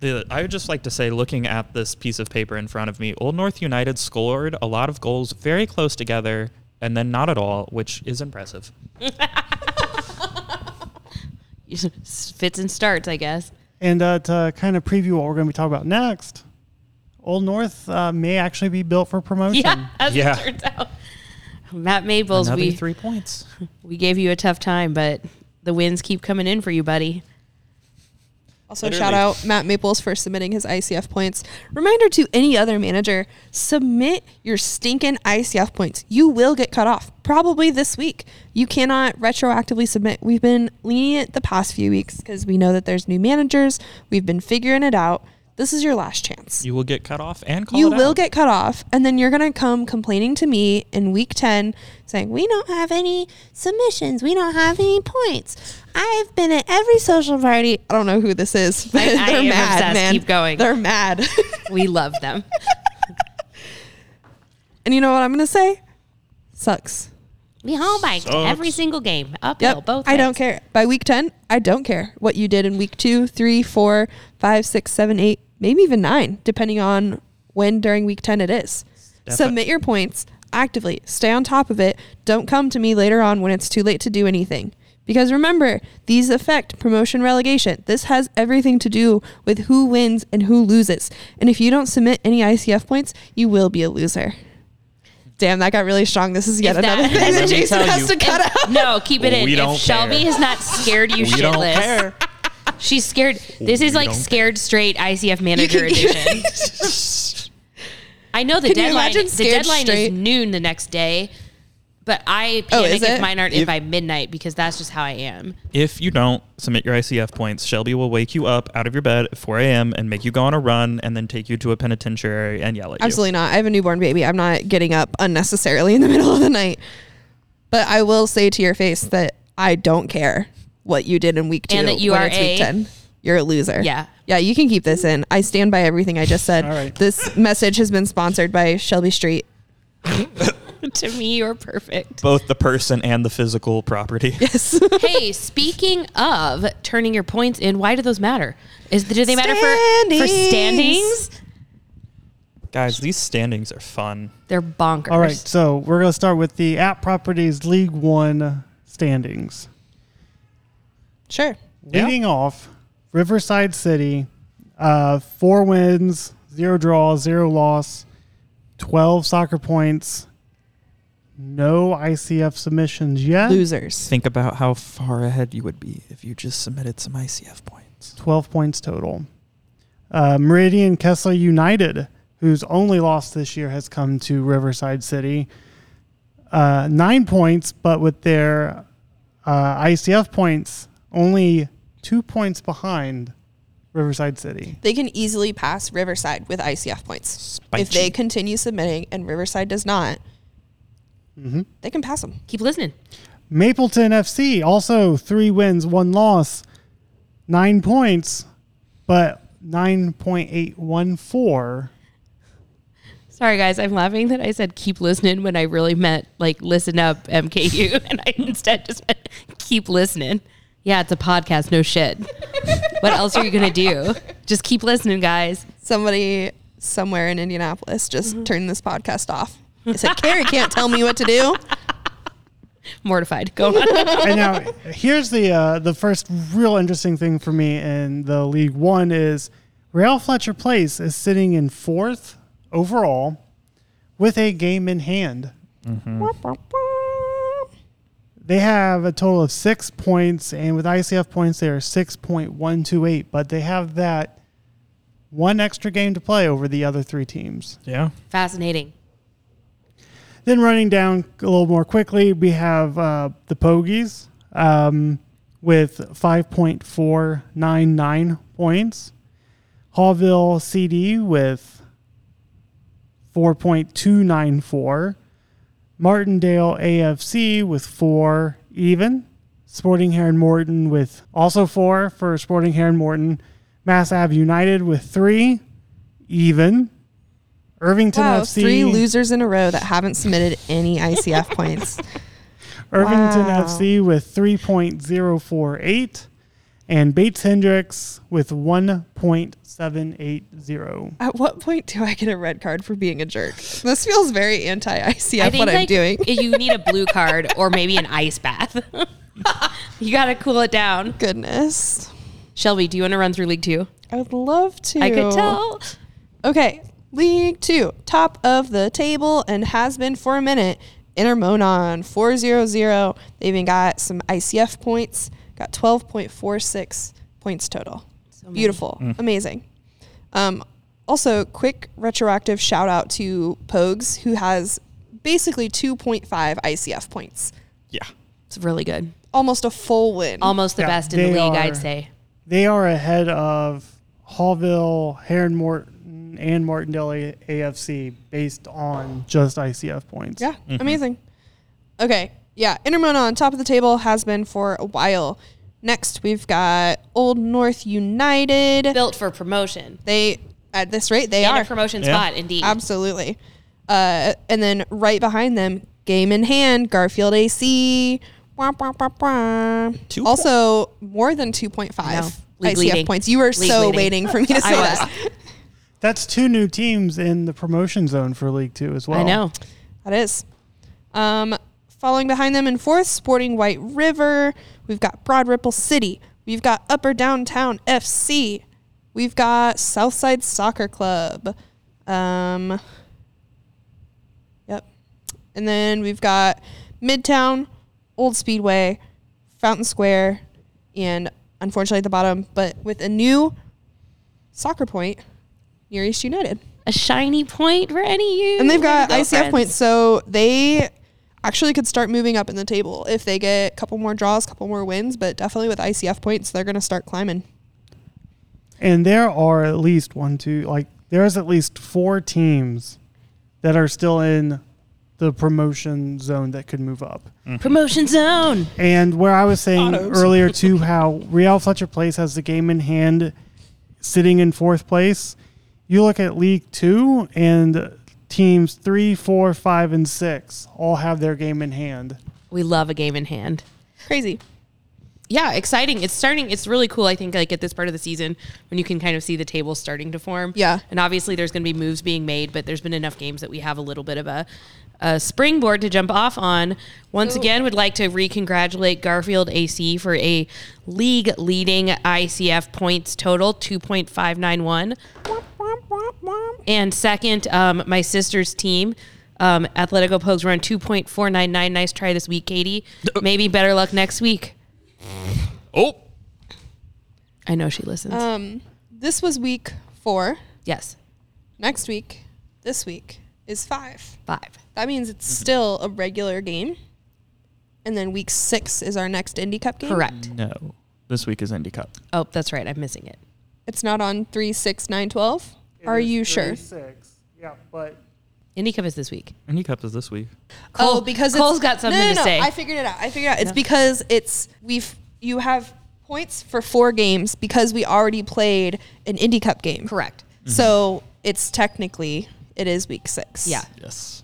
[SPEAKER 2] The, I would just like to say, looking at this piece of paper in front of me, Old North United scored a lot of goals very close together and then not at all, which is impressive.
[SPEAKER 1] Fits and starts, I guess.
[SPEAKER 8] And uh, to kind of preview what we're going to be talking about next, Old North uh, may actually be built for promotion.
[SPEAKER 1] Yeah, as
[SPEAKER 2] Yeah.
[SPEAKER 1] it turns out. Matt Maples,
[SPEAKER 2] Another
[SPEAKER 1] we
[SPEAKER 2] three points.
[SPEAKER 1] we gave you a tough time, but the wins keep coming in for you, buddy.
[SPEAKER 10] Also, shout
[SPEAKER 2] Literally.
[SPEAKER 10] out Matt Maples for submitting his ICF points. Reminder to any other manager submit your stinking ICF points. You will get cut off, probably this week. You cannot retroactively submit. We've been lenient the past few weeks because we know that there's new managers. We've been figuring it out. This is your last chance.
[SPEAKER 2] You will get cut off and called
[SPEAKER 10] You will
[SPEAKER 2] out.
[SPEAKER 10] get cut off, and then you're going to come complaining to me in week 10 saying, We don't have any submissions. We don't have any points. I've been at every social party. I don't know who this is, but
[SPEAKER 1] I
[SPEAKER 10] they're
[SPEAKER 1] am
[SPEAKER 10] mad.
[SPEAKER 1] obsessed.
[SPEAKER 10] Man.
[SPEAKER 1] Keep going.
[SPEAKER 10] They're mad.
[SPEAKER 1] We love them.
[SPEAKER 10] and you know what I'm going to say? Sucks.
[SPEAKER 1] we home bike every single game, uphill,
[SPEAKER 10] Yep.
[SPEAKER 1] both.
[SPEAKER 10] I don't
[SPEAKER 1] ways.
[SPEAKER 10] care. By week 10, I don't care what you did in week two, three, four, five, six, seven, eight, maybe even nine, depending on when during week 10 it is. Submit your points actively. Stay on top of it. Don't come to me later on when it's too late to do anything. Because remember, these affect promotion relegation. This has everything to do with who wins and who loses. And if you don't submit any ICF points, you will be a loser. Damn, that got really strong. This is yet
[SPEAKER 1] If that-
[SPEAKER 10] another thing
[SPEAKER 1] Let
[SPEAKER 10] that
[SPEAKER 1] me
[SPEAKER 10] Jason
[SPEAKER 2] tell
[SPEAKER 10] has
[SPEAKER 2] you.
[SPEAKER 10] to cut out.
[SPEAKER 1] No, keep it in.
[SPEAKER 2] We don't
[SPEAKER 1] if Shelby
[SPEAKER 2] care.
[SPEAKER 1] has not scared you
[SPEAKER 2] We
[SPEAKER 1] shitless,
[SPEAKER 2] don't care.
[SPEAKER 1] she's scared. This is
[SPEAKER 2] We
[SPEAKER 1] like
[SPEAKER 2] don't
[SPEAKER 1] scared straight ICF manager
[SPEAKER 10] can- you-
[SPEAKER 1] edition. I know the
[SPEAKER 10] Can you
[SPEAKER 1] deadline.
[SPEAKER 10] imagine
[SPEAKER 1] The
[SPEAKER 10] scared
[SPEAKER 1] deadline
[SPEAKER 10] straight?
[SPEAKER 1] is noon the next day, But I
[SPEAKER 10] Oh,
[SPEAKER 1] panic
[SPEAKER 10] is
[SPEAKER 1] if
[SPEAKER 10] it?
[SPEAKER 1] mine aren't in
[SPEAKER 2] If-
[SPEAKER 1] by midnight because that's just how I am.
[SPEAKER 2] If you don't submit your ICF points, Shelby will wake you up out of your bed at 4 a.m. and make you go on a run and then take you to a penitentiary and yell at
[SPEAKER 10] Absolutely not. I have a newborn baby. I'm not getting up unnecessarily in the middle of the night. But I will say to your face that I don't care what you did in week two
[SPEAKER 1] And that you
[SPEAKER 10] when
[SPEAKER 1] are
[SPEAKER 10] it's
[SPEAKER 1] a-
[SPEAKER 10] week ten. You're a loser.
[SPEAKER 1] Yeah.
[SPEAKER 10] Yeah, you can keep this in. I stand by everything I just said.
[SPEAKER 8] All right.
[SPEAKER 10] This message has been sponsored by Shelby Street.
[SPEAKER 1] to me, you're perfect.
[SPEAKER 2] you. Both the person and the physical property.
[SPEAKER 10] Yes.
[SPEAKER 1] hey, speaking of turning your points in, why do those matter? Is do they matter for for
[SPEAKER 10] Standings.
[SPEAKER 1] standings?
[SPEAKER 2] Guys, these standings are fun.
[SPEAKER 1] They're bonkers.
[SPEAKER 8] All right, so we're going to start with the app properties League One standings.
[SPEAKER 10] sure.
[SPEAKER 2] Yeah.
[SPEAKER 8] Leading off, Riverside City, uh, four wins, zero draws, zero loss, 12 soccer points, no ICF submissions yet,
[SPEAKER 10] Losers.
[SPEAKER 2] Think about how far ahead you would be if you just submitted some ICF points.
[SPEAKER 8] 12 points total. Uh, Meridian Kessler United, whose only loss this year has come to Riverside City, uh, nine points, but with their uh, ICF points only two points behind Riverside City.
[SPEAKER 10] They can easily pass Riverside with ICF points. If
[SPEAKER 2] Spicy.
[SPEAKER 10] they continue submitting and Riverside does not,
[SPEAKER 8] Mm-hmm.
[SPEAKER 10] they can pass them.
[SPEAKER 1] Keep listening.
[SPEAKER 8] Mapleton FC also three wins, one loss, nine points, but nine point eight one four.
[SPEAKER 1] Sorry, guys. I'm laughing that I said keep listening when I really meant like listen up, MKU, and I instead just meant keep listening. Yeah, it's a podcast. No shit. what else are you gonna do? Just keep listening, guys.
[SPEAKER 10] somebody somewhere in Indianapolis just turned this podcast off. I said, Carrie can't tell me what to do.
[SPEAKER 1] Mortified. Go on.
[SPEAKER 8] and now here's the uh, the first real interesting thing for me in the League One is Real Fletcher Place is sitting in fourth overall with a game in hand. They have a total of six points, and with ICF points, they are six point one two eight. But they have that one extra game to play over the other three teams.
[SPEAKER 2] Yeah.
[SPEAKER 1] Fascinating.
[SPEAKER 8] Then running down a little more quickly, we have uh, the Pogies um, with 5.499 points. Hallville CD with 4.294. Martindale AFC with four even. Sporting Heron Morton with also four for Sporting Heron Morton. Mass Ave United with three even. Irvington
[SPEAKER 10] Wow,
[SPEAKER 8] FC.
[SPEAKER 10] three losers in a row that haven't submitted any ICF points.
[SPEAKER 8] Irvington
[SPEAKER 10] Wow.
[SPEAKER 8] FC with 3.048 and Bates Hendricks with 1.780.
[SPEAKER 10] At what point do I get a red card for being a jerk? This feels very anti
[SPEAKER 1] I
[SPEAKER 10] ICF
[SPEAKER 1] think
[SPEAKER 10] what I'm
[SPEAKER 1] like,
[SPEAKER 10] doing.
[SPEAKER 1] you need a blue card or maybe an ice bath. you gotta cool it down.
[SPEAKER 10] Goodness.
[SPEAKER 1] Shelby, do you want to run through League Two?
[SPEAKER 10] I would love to.
[SPEAKER 1] I could tell.
[SPEAKER 10] Okay, League Two, top of the table and has been for a minute. Intermonon 400. They even got some ICF points, got 12.46 points total. Beautiful, amazing. Um, also, quick retroactive shout out to Pogues, who has basically 2.5 ICF points,
[SPEAKER 2] Yeah.
[SPEAKER 1] It's really good.
[SPEAKER 10] almost a full win.
[SPEAKER 1] Almost the
[SPEAKER 8] Yeah,
[SPEAKER 1] best in the
[SPEAKER 8] they
[SPEAKER 1] league,
[SPEAKER 8] are-
[SPEAKER 1] I'd say.
[SPEAKER 8] They are ahead of Hallville, Heron Morton, and Martindale A- AFC based on just ICF points.
[SPEAKER 10] Yeah, amazing. Okay, yeah, Intermona on top of the table has been for a while. Next, we've got Old North United.
[SPEAKER 1] Built for promotion.
[SPEAKER 10] They at this rate they
[SPEAKER 1] And a
[SPEAKER 10] are
[SPEAKER 1] promotion
[SPEAKER 2] Yeah.
[SPEAKER 1] spot, indeed.
[SPEAKER 10] absolutely. Uh, and then right behind them, game in hand, Garfield AC. Wah, wah, wah, wah.
[SPEAKER 2] Two
[SPEAKER 10] Also, more than two point
[SPEAKER 1] No,
[SPEAKER 10] five
[SPEAKER 1] league
[SPEAKER 10] ICF
[SPEAKER 1] leading.
[SPEAKER 10] points. You were
[SPEAKER 1] League
[SPEAKER 10] so
[SPEAKER 1] leading.
[SPEAKER 10] waiting for me to say
[SPEAKER 1] was.
[SPEAKER 10] that.
[SPEAKER 8] That's two new teams in the promotion zone for League Two as well.
[SPEAKER 1] I know.
[SPEAKER 10] That is. Um, following behind them in fourth, Sporting White River. We've got Broad Ripple City. We've got Upper Downtown FC. We've got Southside Soccer Club. Um, yep. And then we've got Midtown, Old Speedway, Fountain Square, and unfortunately at the bottom, but with a new soccer point, Near East United.
[SPEAKER 1] A shiny point for any of you.
[SPEAKER 10] And they've got
[SPEAKER 1] little
[SPEAKER 10] ICF
[SPEAKER 1] friends.
[SPEAKER 10] points, so they actually could start moving up in the table if they get a couple more draws, couple more wins, but definitely with ICF points, they're going to start climbing.
[SPEAKER 8] And there are at least one, two, like there's at least four teams that are still in the promotion zone that could move up.
[SPEAKER 1] Promotion zone.
[SPEAKER 8] And where I was saying
[SPEAKER 2] Autos.
[SPEAKER 8] earlier too, how Real Fletcher Place has the game in hand, sitting in fourth place. You look at League Two and teams three, four, five, and six all have their game in hand.
[SPEAKER 1] We love a game in hand.
[SPEAKER 10] Crazy.
[SPEAKER 1] Yeah, exciting. It's starting. It's really cool. I think like at this part of the season when you can kind of see the tables starting to form.
[SPEAKER 10] Yeah.
[SPEAKER 1] and obviously there's going to be moves being made, but there's been enough games that we have a little bit of a, a springboard to jump off on. Once again, would like to re-congratulate Garfield AC for a league leading ICF points total two point five nine one. And second, um, my sister's team, um, Atletico Pogues, run 2.499. Nice try this week, Katie. Maybe better luck next week.
[SPEAKER 2] Oh,
[SPEAKER 1] I know she listens.
[SPEAKER 10] Um, this was week four.
[SPEAKER 1] yes,
[SPEAKER 10] Next week, this week is five.
[SPEAKER 1] five.
[SPEAKER 10] That means it's still a regular game. And then week six is our next Indy Cup game.
[SPEAKER 1] Correct.
[SPEAKER 2] no. This week is Indy Cup.
[SPEAKER 1] Oh, that's right. I'm missing it.
[SPEAKER 10] It's not on three, six, nine, twelve. Are you sure?
[SPEAKER 8] Six. Yeah, but
[SPEAKER 1] Indy Cup is this week.
[SPEAKER 2] Indy Cup is this week.
[SPEAKER 1] Cole-
[SPEAKER 10] oh, because
[SPEAKER 1] Cole's
[SPEAKER 10] it's,
[SPEAKER 1] got something
[SPEAKER 10] no, no,
[SPEAKER 1] to
[SPEAKER 10] no,
[SPEAKER 1] say.
[SPEAKER 10] I figured it out. I figured it out. It's because it's we've you have points for four games because we already played an Indy Cup game.
[SPEAKER 1] Correct.
[SPEAKER 10] So it's technically it is week six.
[SPEAKER 1] Yeah.
[SPEAKER 2] Yes.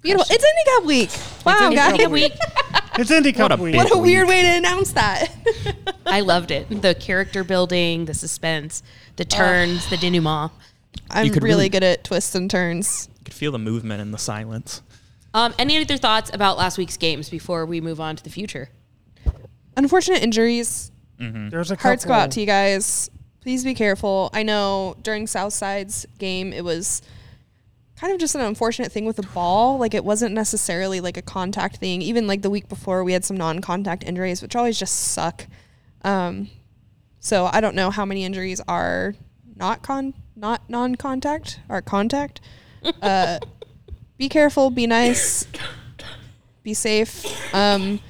[SPEAKER 10] Beautiful. It's Indy Cup week. Wow, guys.
[SPEAKER 1] Good week.
[SPEAKER 8] it's Indy Cup
[SPEAKER 2] a
[SPEAKER 8] week.
[SPEAKER 2] big-
[SPEAKER 10] What a weird way to announce that.
[SPEAKER 1] I loved it. The character building, the suspense, the turns, the denouement.
[SPEAKER 10] I'm
[SPEAKER 2] could
[SPEAKER 10] really,
[SPEAKER 2] really-
[SPEAKER 10] good at twists and turns.
[SPEAKER 2] You could feel the movement in the silence.
[SPEAKER 1] Um, any other thoughts about last week's games before we move on to the future?
[SPEAKER 10] Unfortunate injuries.
[SPEAKER 8] There's a
[SPEAKER 10] Hearts go
[SPEAKER 8] couple.
[SPEAKER 10] out to you guys. Please be careful. I know during Southside's game, it was kind of just an unfortunate thing with the ball. Like it wasn't necessarily like a contact thing. Even like the week before, we had some non-contact injuries, which always just suck. Um, so I don't know how many injuries are not con, not non-contact, are contact. Uh, be careful. Be nice. Be safe. Um,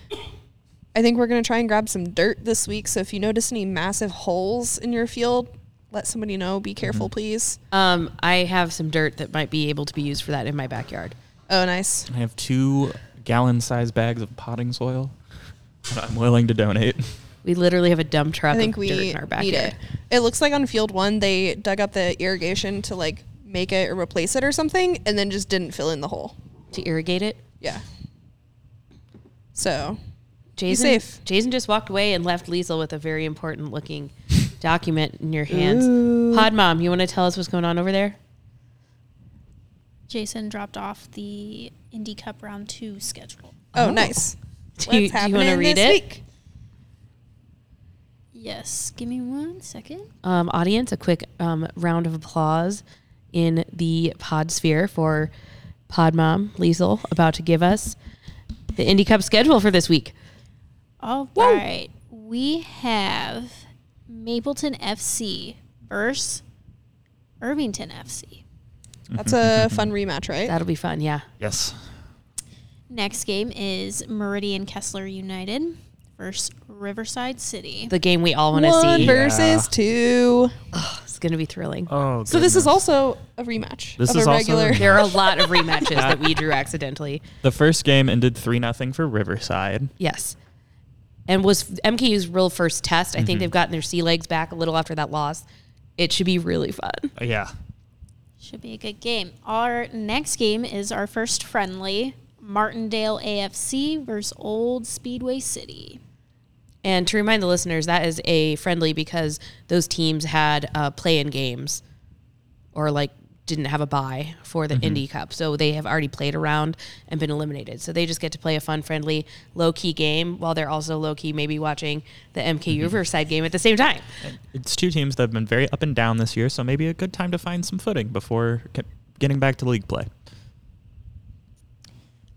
[SPEAKER 10] I think we're going to try and grab some dirt this week. So if you notice any massive holes in your field, let somebody know. Be careful,
[SPEAKER 1] Mm-hmm.
[SPEAKER 10] please.
[SPEAKER 1] Um, I have some dirt that might be able to be used for that in my backyard.
[SPEAKER 10] Oh, nice.
[SPEAKER 2] I have two gallon-sized bags of potting soil that I'm willing to donate.
[SPEAKER 1] We literally have a dump truck
[SPEAKER 10] I think
[SPEAKER 1] of
[SPEAKER 10] we
[SPEAKER 1] dirt in our
[SPEAKER 10] need it.
[SPEAKER 1] backyard.
[SPEAKER 10] It looks like on field one, they dug up the irrigation to like make it or replace it or something and then just didn't fill in the hole.
[SPEAKER 1] To irrigate it.
[SPEAKER 10] Yeah. So
[SPEAKER 1] Jason,
[SPEAKER 10] safe.
[SPEAKER 1] Jason just walked away and left Liesel with a very important looking document in your hands. Pod mom, you want to tell us what's going on over there?
[SPEAKER 3] Jason dropped off the Indy Cup round two schedule.
[SPEAKER 10] Oh, nice.
[SPEAKER 1] Do you, do you want to read
[SPEAKER 10] this
[SPEAKER 1] it?
[SPEAKER 10] week?
[SPEAKER 3] Yes, give me one second.
[SPEAKER 1] Um, audience, a quick um, round of applause in the pod sphere for Pod Mom Liesel about to give us the Indy Cup schedule for this week.
[SPEAKER 3] All right, we have Mapleton FC versus Irvington FC.
[SPEAKER 10] That's a fun rematch, right?
[SPEAKER 1] That'll be fun. Yeah.
[SPEAKER 2] Yes.
[SPEAKER 3] Next game is Meridian Kessler United versus Riverside City.
[SPEAKER 1] The game we all want to
[SPEAKER 10] One
[SPEAKER 1] see.
[SPEAKER 10] versus two.
[SPEAKER 1] It's going to be thrilling.
[SPEAKER 2] Oh.
[SPEAKER 10] So this is also a rematch
[SPEAKER 2] This
[SPEAKER 10] of
[SPEAKER 2] is also
[SPEAKER 10] a
[SPEAKER 2] a
[SPEAKER 10] regular.
[SPEAKER 2] rematch.
[SPEAKER 1] There are a lot of rematches that we drew accidentally.
[SPEAKER 2] the first game ended three 0 for Riverside.
[SPEAKER 1] Yes. And was MKU's real first test. I think they've gotten their sea legs back a little after that loss. It should be really fun.
[SPEAKER 2] Uh, yeah.
[SPEAKER 3] Should be a good game. Our next game is our first friendly Martindale AFC versus Old Speedway City.
[SPEAKER 1] And to remind the listeners, that is a friendly because those teams had uh, play in games or like didn't have a bye for the Indy Cup. So they have already played around and been eliminated. So they just get to play a fun, friendly, low key game while they're also low key maybe watching the MKU Riverside game at the same time.
[SPEAKER 2] It's two teams that have been very up and down this year, so maybe a good time to find some footing before ca- getting back to league play.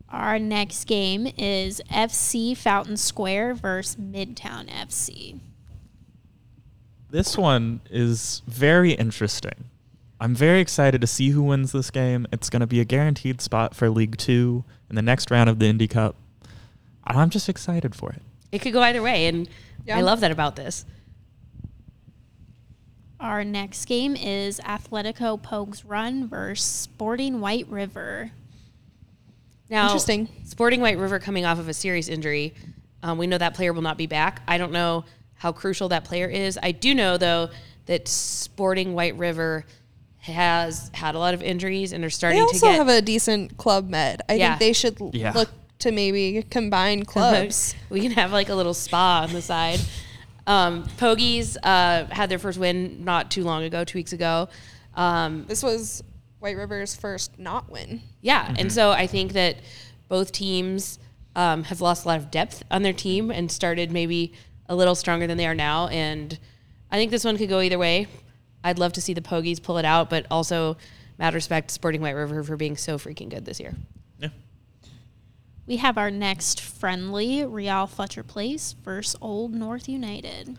[SPEAKER 3] Our next game is FC Fountain Square versus Midtown FC.
[SPEAKER 2] This one is very interesting. I'm very excited to see who wins this game. It's going to be a guaranteed spot for League Two. in the next round of the Indy Cup. And I'm just excited for it.
[SPEAKER 1] It could go either way, and
[SPEAKER 10] Yeah.
[SPEAKER 1] I love that about this.
[SPEAKER 3] Our next game is Athletico Pogues Run versus Sporting White River.
[SPEAKER 1] Now,
[SPEAKER 10] Interesting.
[SPEAKER 1] Sporting White River coming off of a serious injury. Um, we know that player will not be back. I don't know how crucial that player is. I do know though that Sporting White River has had a lot of injuries and are
[SPEAKER 10] They
[SPEAKER 1] starting to
[SPEAKER 10] also
[SPEAKER 1] get
[SPEAKER 10] have a decent club med. I
[SPEAKER 1] Yeah.
[SPEAKER 10] think they should l-
[SPEAKER 2] Yeah.
[SPEAKER 10] look to maybe combine clubs.
[SPEAKER 1] We can have like a little spa on the side. Um, Pogies uh, had their first win not too long ago, two weeks ago. Um,
[SPEAKER 10] this was White River's first not win.
[SPEAKER 1] yeah, and so I think that both teams um, have lost a lot of depth on their team and started maybe a little stronger than they are now. And I think this one could go either way. I'd love to see the Pogies pull it out, but also mad respect to Sporting White River for being so freaking good this year.
[SPEAKER 2] Yeah.
[SPEAKER 3] We have our next friendly Real Fletcher Place versus Old North United.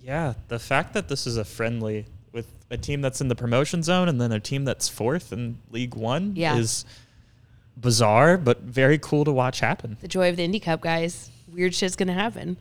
[SPEAKER 2] Yeah, the fact that this is a friendly with a team that's in the promotion zone and then a team that's fourth in League One
[SPEAKER 1] Yeah.
[SPEAKER 2] is bizarre, but very cool to watch happen.
[SPEAKER 1] The joy of the Indy Cup, guys. Weird shit's gonna happen.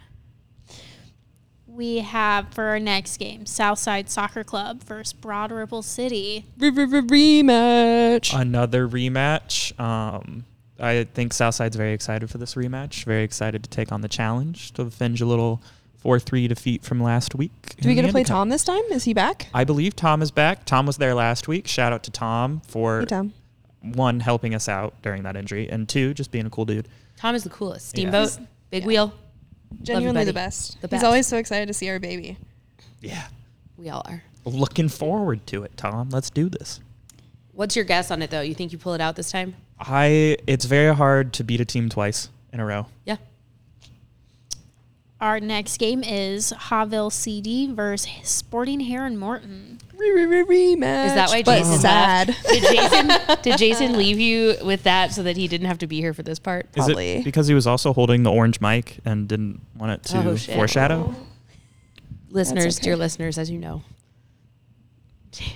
[SPEAKER 3] We have for our next game Southside Soccer Club versus Broad Ripple City.
[SPEAKER 10] Rematch.
[SPEAKER 2] Uh, Another rematch. Um, I think Southside's very excited for this rematch. Very excited to take on the challenge to avenge a little four-three defeat from last week.
[SPEAKER 10] Do we
[SPEAKER 2] in
[SPEAKER 10] get
[SPEAKER 2] the
[SPEAKER 10] to play
[SPEAKER 2] Indy Cup.
[SPEAKER 10] Tom this time? Is he back?
[SPEAKER 2] I believe Tom is back. Tom was there last week. Shout out to Tom for
[SPEAKER 10] Hey, Tom.
[SPEAKER 2] one helping us out during that injury, and two just being a cool dude.
[SPEAKER 1] Tom is the coolest. Steamboat,
[SPEAKER 10] He's-
[SPEAKER 1] big wheel.
[SPEAKER 10] Genuinely the
[SPEAKER 1] buddy.
[SPEAKER 10] best.
[SPEAKER 1] The best.
[SPEAKER 10] He's always so excited to see our baby.
[SPEAKER 2] Yeah.
[SPEAKER 1] We all are.
[SPEAKER 2] Looking forward to it, Tom. Let's do this.
[SPEAKER 1] What's your guess on it though? You think you pull it out this time?
[SPEAKER 2] I it's very hard to beat a team twice in a row.
[SPEAKER 1] Yeah.
[SPEAKER 3] Our next game is Haville CD versus Sporting Heron Morton.
[SPEAKER 10] Rematch.
[SPEAKER 1] Is that why
[SPEAKER 10] But
[SPEAKER 1] Jason
[SPEAKER 10] sad.
[SPEAKER 1] left? Did Jason did Jason leave you with that so that he didn't have to be here for this part?
[SPEAKER 10] Probably.
[SPEAKER 2] Is it because he was also holding the orange mic and didn't want it to
[SPEAKER 1] Oh, shit.
[SPEAKER 2] foreshadow?
[SPEAKER 1] Listeners,
[SPEAKER 10] okay.
[SPEAKER 1] dear listeners, as you know.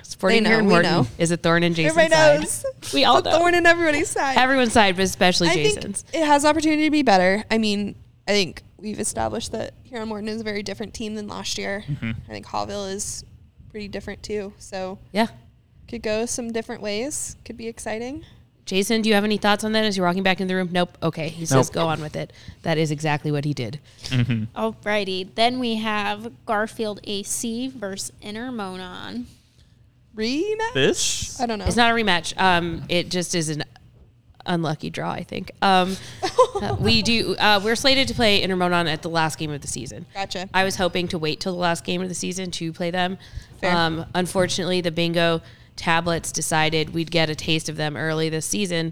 [SPEAKER 1] Sporting
[SPEAKER 10] They know,
[SPEAKER 1] Heron
[SPEAKER 10] we
[SPEAKER 1] Morton
[SPEAKER 10] know.
[SPEAKER 1] is a thorn in Jason's
[SPEAKER 10] Everybody
[SPEAKER 1] side.
[SPEAKER 10] knows.
[SPEAKER 1] We all
[SPEAKER 10] It's a
[SPEAKER 1] know.
[SPEAKER 10] thorn in everybody's side.
[SPEAKER 1] Everyone's side, but especially
[SPEAKER 10] I
[SPEAKER 1] Jason's.
[SPEAKER 10] think it has opportunity to be better. I mean, I think we've established that Huron Morton is a very different team than last year. I think Hallville is pretty different too. So
[SPEAKER 1] Yeah.
[SPEAKER 10] could go some different ways. Could be exciting.
[SPEAKER 1] Jason, do you have any thoughts on that as you're walking back in the room? Nope. Okay. He says
[SPEAKER 2] Nope.
[SPEAKER 1] go on with it. That is exactly what he did.
[SPEAKER 3] Alrighty, then we have Garfield AC versus Intermonon.
[SPEAKER 10] Rematch.
[SPEAKER 2] This
[SPEAKER 10] I don't know.
[SPEAKER 1] It's not a rematch. Um, it just is an unlucky draw, I think. Um, uh, we do. Uh, we're slated to play Intermonon at the last game of the season.
[SPEAKER 10] Gotcha.
[SPEAKER 1] I was hoping to wait till the last game of the season to play them.
[SPEAKER 10] Fair.
[SPEAKER 1] Um, unfortunately, the bingo tablets decided we'd get a taste of them early this season.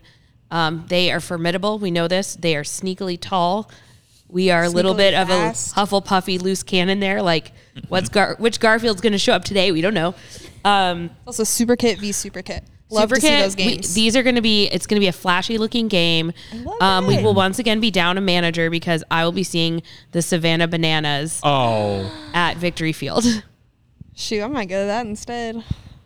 [SPEAKER 1] Um, they are formidable. We know this. They are sneakily tall. We are a little
[SPEAKER 10] Sneakily
[SPEAKER 1] bit of a
[SPEAKER 10] fast.
[SPEAKER 1] Hufflepuffy loose cannon there. Like, what's Gar- which Garfield's going to show up today? We don't know.
[SPEAKER 10] also Super Kit v Super Kit. Love
[SPEAKER 1] Super
[SPEAKER 10] to see
[SPEAKER 1] Kit,
[SPEAKER 10] those
[SPEAKER 1] we-
[SPEAKER 10] games.
[SPEAKER 1] these are going to be. It's going to be a flashy looking game.
[SPEAKER 10] love
[SPEAKER 1] Um, we
[SPEAKER 10] it.
[SPEAKER 1] will once again be down a manager because I will be seeing the Savannah Bananas
[SPEAKER 2] Oh.
[SPEAKER 1] at Victory Field.
[SPEAKER 10] Shoot, I might go to that instead.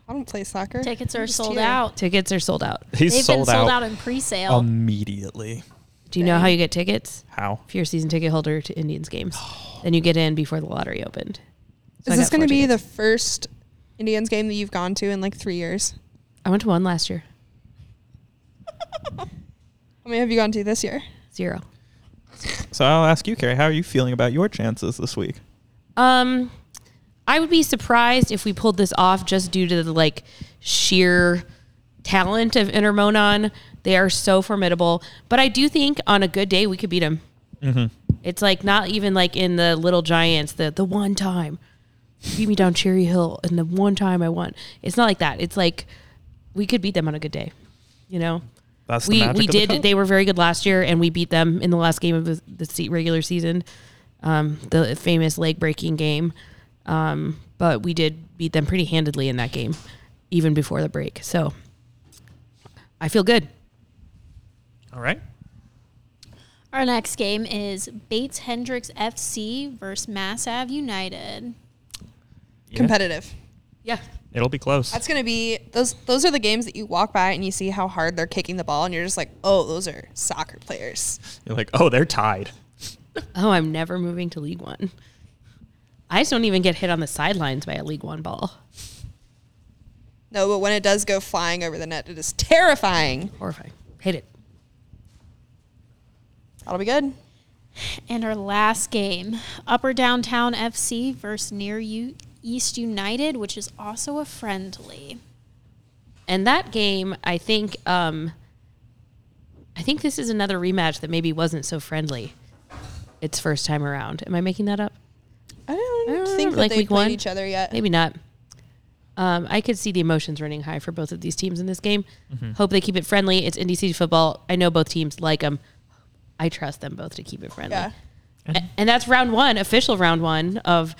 [SPEAKER 10] I don't play soccer.
[SPEAKER 3] Tickets
[SPEAKER 10] I'm
[SPEAKER 3] are
[SPEAKER 10] just
[SPEAKER 3] sold
[SPEAKER 10] here.
[SPEAKER 3] out.
[SPEAKER 1] Tickets are sold out.
[SPEAKER 2] He's
[SPEAKER 3] They've
[SPEAKER 2] sold,
[SPEAKER 3] been sold out,
[SPEAKER 2] out
[SPEAKER 3] in pre-sale.
[SPEAKER 2] immediately.
[SPEAKER 1] Do you know how you get tickets?
[SPEAKER 2] How?
[SPEAKER 1] If you're a season ticket holder to Indians games, then you get in before the lottery opened. So I
[SPEAKER 10] Is this
[SPEAKER 1] got
[SPEAKER 10] going
[SPEAKER 1] four
[SPEAKER 10] to be
[SPEAKER 1] tickets.
[SPEAKER 10] the first Indians game that you've gone to in like three years?
[SPEAKER 1] I went to one last year.
[SPEAKER 10] How many have you gone to this year?
[SPEAKER 1] Zero.
[SPEAKER 2] So I'll ask you, Carrie, how are you feeling about your chances this week?
[SPEAKER 1] Um, I would be surprised if we pulled this off just due to the like sheer talent of Intermonon. They are so formidable, but I do think on a good day we could beat them. It's like not even like in the Little Giants, the the one time you beat me down Cherry Hill, and the one time I won. It's not like that. It's like we could beat them on a good day, you know.
[SPEAKER 2] That's the
[SPEAKER 1] we
[SPEAKER 2] magic
[SPEAKER 1] we
[SPEAKER 2] of the
[SPEAKER 1] did.
[SPEAKER 2] cup.
[SPEAKER 1] they were very good last year, and we beat them in the last game of the, the se- regular season, um, the famous leg breaking game. Um, but we did beat them pretty handedly in that game, even before the break. So I feel good.
[SPEAKER 2] All right.
[SPEAKER 3] Our next game is Bates Hendricks FC versus Mass Ave United.
[SPEAKER 2] Yeah.
[SPEAKER 10] Competitive.
[SPEAKER 1] Yeah.
[SPEAKER 9] It'll be close.
[SPEAKER 10] That's gonna be those. Those are the games that you walk by and you see how hard they're kicking the ball, and you're just like, oh, those are soccer players.
[SPEAKER 9] You're like, oh, they're tied.
[SPEAKER 1] Oh, I'm never moving to League One. I just don't even get hit on the sidelines by a League One ball.
[SPEAKER 10] No, but when it does go flying over the net, it is terrifying.
[SPEAKER 1] Horrifying. Hate it.
[SPEAKER 10] That'll be good.
[SPEAKER 3] And our last game, Upper Downtown FC versus Near U- East United, which is also a friendly.
[SPEAKER 1] And that game, I think, um, I think this is another rematch that maybe wasn't so friendly. Its first time around. Am I making that up?
[SPEAKER 10] I don't,
[SPEAKER 1] I don't
[SPEAKER 10] think
[SPEAKER 1] know,
[SPEAKER 10] that
[SPEAKER 1] like
[SPEAKER 10] they
[SPEAKER 1] week
[SPEAKER 10] played
[SPEAKER 1] one?
[SPEAKER 10] each other yet.
[SPEAKER 1] Maybe not. Um, I could see the emotions running high for both of these teams in this game. Hope they keep it friendly. It's Indy City football. I know both teams like them. I trust them both to keep it friendly.
[SPEAKER 10] Yeah.
[SPEAKER 1] A- and that's round one, official round one of